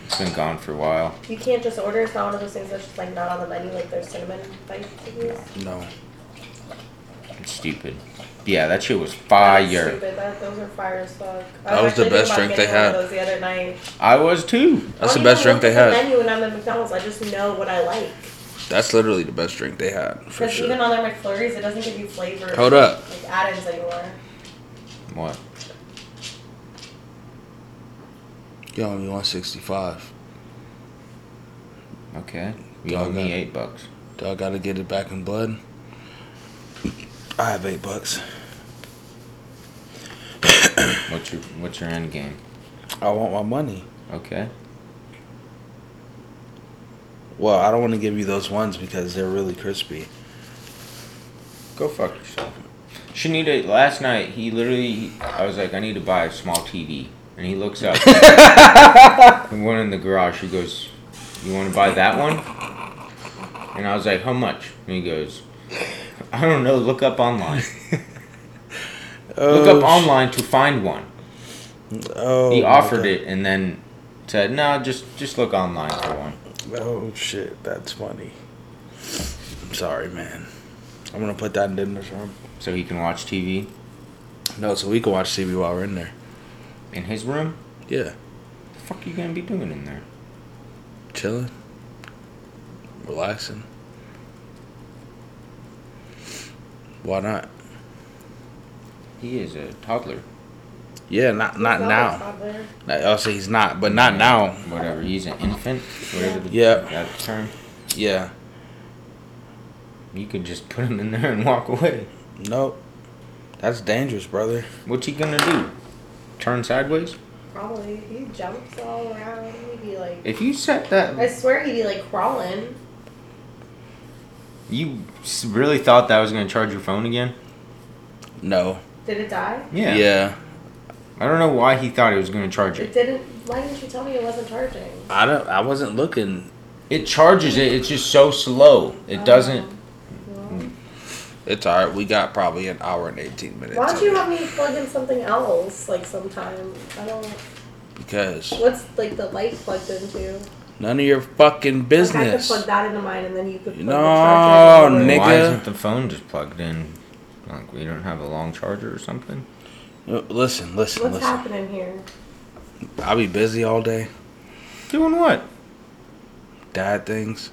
S2: it's been gone for a while.
S3: You can't just order. It's not one of those things that's just like not on the menu, like there's cinnamon bites to use.
S1: No.
S2: It's stupid. Yeah, that shit was
S3: That's
S2: fire.
S3: Stupid. That, those are fire as fuck.
S1: That was the
S3: actually thinking
S1: best
S3: about
S1: drink they
S3: getting one
S1: had.
S3: of Those the other night.
S2: I was too.
S1: That's the
S3: I don't
S1: best
S3: even
S1: drink
S3: look
S1: they
S3: at the
S1: had.
S3: Menu when I'm at McDonald's, I just know what I like.
S1: That's literally the best drink they had, for
S3: Because even
S1: sure.
S3: on their McFlurries, it doesn't give you flavor.
S1: Hold up.
S3: Like add-ins anymore.
S2: What?
S1: You owe me 165.
S2: Okay. You owe me eight bucks.
S1: Do I gotta get it back in blood? I have eight bucks.
S2: What's your What's your end game?
S1: I want my money.
S2: Okay.
S1: Well, I don't want to give you those ones because they're really crispy.
S2: Go fuck yourself. Shanita, last night, he literally, I was like, I need to buy a small TV. And he looks up. the one in the garage, he goes, You want to buy that one? And I was like, How much? And he goes, I don't know, look up online. Look up online to find one.
S1: Oh,
S2: he
S1: my
S2: offered
S1: God.
S2: it and then said, No, just just look online for one.
S1: Oh shit, that's funny. I'm sorry, man. I'm gonna put that in Denver's room.
S2: So he can watch TV
S1: No, so we can watch TV while we're in there.
S2: in his room?
S1: Yeah,
S2: The fuck you going to be doing in there?
S1: chilling, relaxing. Why not?
S2: He is a toddler.
S1: Yeah, not not
S3: Not
S1: now. Not- I'll say he's not, but not now.
S2: Whatever, he's an infant. Whatever the,
S1: Yeah.
S2: that term.
S1: Yeah.
S2: You could just put him in there and walk away.
S1: Nope. That's dangerous, brother.
S2: What's he gonna do? Turn sideways?
S3: Probably. He jumps all around. He'd be like.
S2: If you set
S3: I
S2: that,
S3: swear he'd be like crawling.
S2: you s- really thought that was gonna charge your phone again?
S1: No.
S3: Did it die?
S2: Yeah.
S1: yeah.
S2: I don't know why he thought it was gonna charge
S3: It
S2: it.
S3: didn't. Why didn't you tell me it wasn't charging?
S1: I don't. I wasn't looking.
S2: It charges it. It's just so slow. It doesn't.
S6: Mm,
S1: It's all right. We got probably an hour and 18 minutes.
S6: Why
S1: of
S6: don't you
S1: it.
S6: have me plug in something else, like sometime? I don't.
S1: Because
S6: What's like the light plugged into?
S1: none of your fucking
S6: Like, I could
S1: business.
S6: plug that into mine, and then you could. Plug
S1: No,
S6: the charger into mine.
S1: Nigga.
S2: Why isn't the phone just plugged in? Like we don't have a long charger or something.
S1: Uh, Listen, listen,
S6: What's
S1: listen.
S6: happening here?
S1: I'll be busy all day.
S2: Doing what?
S1: Dad things.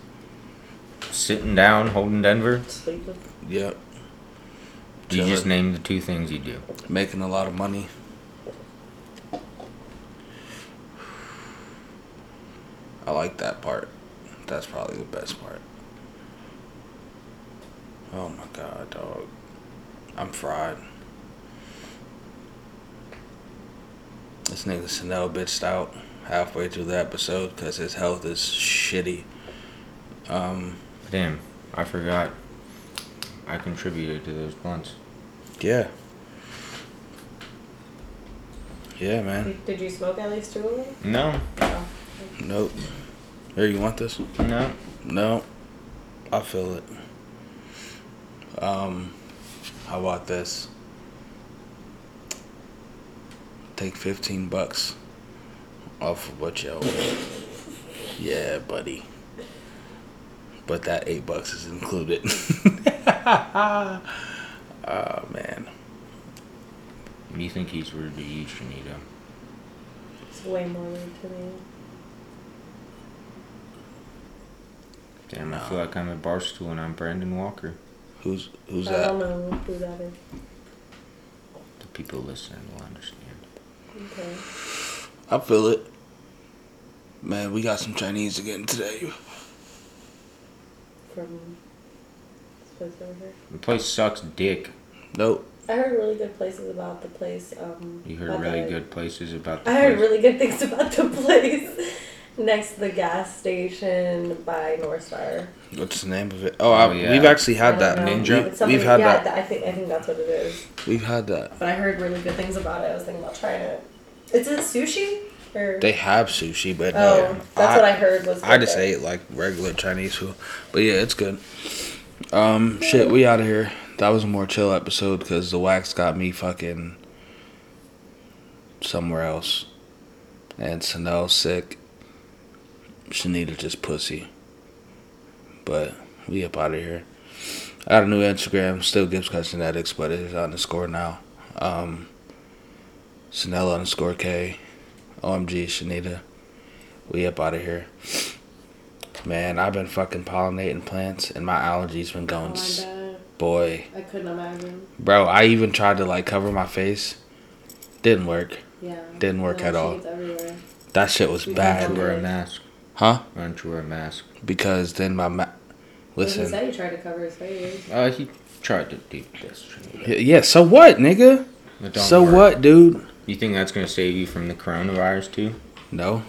S2: Sitting down, holding Denver.
S6: Sleeping.
S1: Yep.
S2: You
S1: Chilling.
S2: just named the two things you do.
S1: Making a lot of money. I like that part. That's probably the best part. Oh my god, dog. I'm fried. This nigga Chanel bitched out halfway through the episode because his health is shitty. Um,
S2: Damn, I forgot. I contributed to those blunts.
S1: yeah. Yeah, man.
S6: Did, did you smoke at least two of them?
S2: No,
S6: No.
S1: Nope. Here, you want this?
S2: no.
S1: No. I feel it. Um, how about this? Take 15 bucks off of what y'all owe. Yeah, buddy. But that 8 bucks is included. oh, man.
S2: You think he's rude to you, Shanita?
S6: It's way more weird to me.
S2: Damn,
S1: No.
S2: I feel like I'm at Barstool and I'm Brandon Walker.
S1: Who's who's
S6: I don't
S1: that?
S6: know who that is.
S2: The people listening will understand.
S6: Okay.
S1: I feel it. Man, we got some Chinese again today.
S6: From. this place over here.
S2: The place sucks dick.
S1: Nope.
S6: I heard really good places about the place. Um,
S2: You heard
S6: about
S2: really
S6: the-
S2: good places about the
S6: I heard
S2: place.
S6: really good things about the place next to the gas station by North Star.
S1: What's the name of it? Oh,
S2: Oh,
S1: I,
S2: yeah.
S1: we've actually had
S6: I
S1: that.
S6: don't know.
S2: Ninja?
S6: It's
S1: We-
S6: something-
S1: We've had
S6: yeah,
S1: that.
S6: th- I think I think that's what it is.
S1: We've had that.
S6: But I heard really good things about it. I was thinking about trying it. Is it sushi or?
S1: They have sushi, but
S6: oh,
S1: no.
S6: that's what I heard was.
S1: I just
S6: good.
S1: ate like regular Chinese food, but yeah, it's good. Um, shit, we out of here. That was a more chill episode because the wax got me fucking somewhere else, and Sanel sick. Shanita just pussy. But we up out of here. I got a new Instagram, still Gibbs Cut Genetics, but it is underscore now. Um, Sanel underscore K. OMG, Shanita. We up out of here. Man, I've been fucking pollinating plants and my allergies been
S7: Oh,
S1: going. s-
S7: I,
S1: boy,
S7: bet. I couldn't imagine.
S1: bro, I even tried to like cover my face. Didn't work.
S7: Yeah.
S1: Didn't work
S7: No,
S1: at
S7: she
S1: all.
S7: gets everywhere.
S1: That shit was
S2: Why don't
S1: bad,
S2: you
S1: bro.
S2: wear a mask?
S1: Huh?
S2: Why don't you wear a mask?
S1: Because then my ma-
S7: But He
S1: listen.
S7: said he tried to cover his face.
S2: Uh, he tried to do this. Shanita.
S1: Y- Yeah. So what, nigga?
S2: But don't
S1: so
S2: worry.
S1: what, dude?
S2: You think that's gonna save you from the coronavirus too?
S1: No,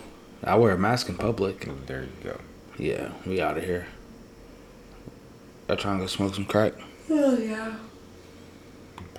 S1: I wear a mask in public.
S2: There you go.
S1: Yeah, we out of here. I trying to go smoke some crack.
S7: Oh, yeah.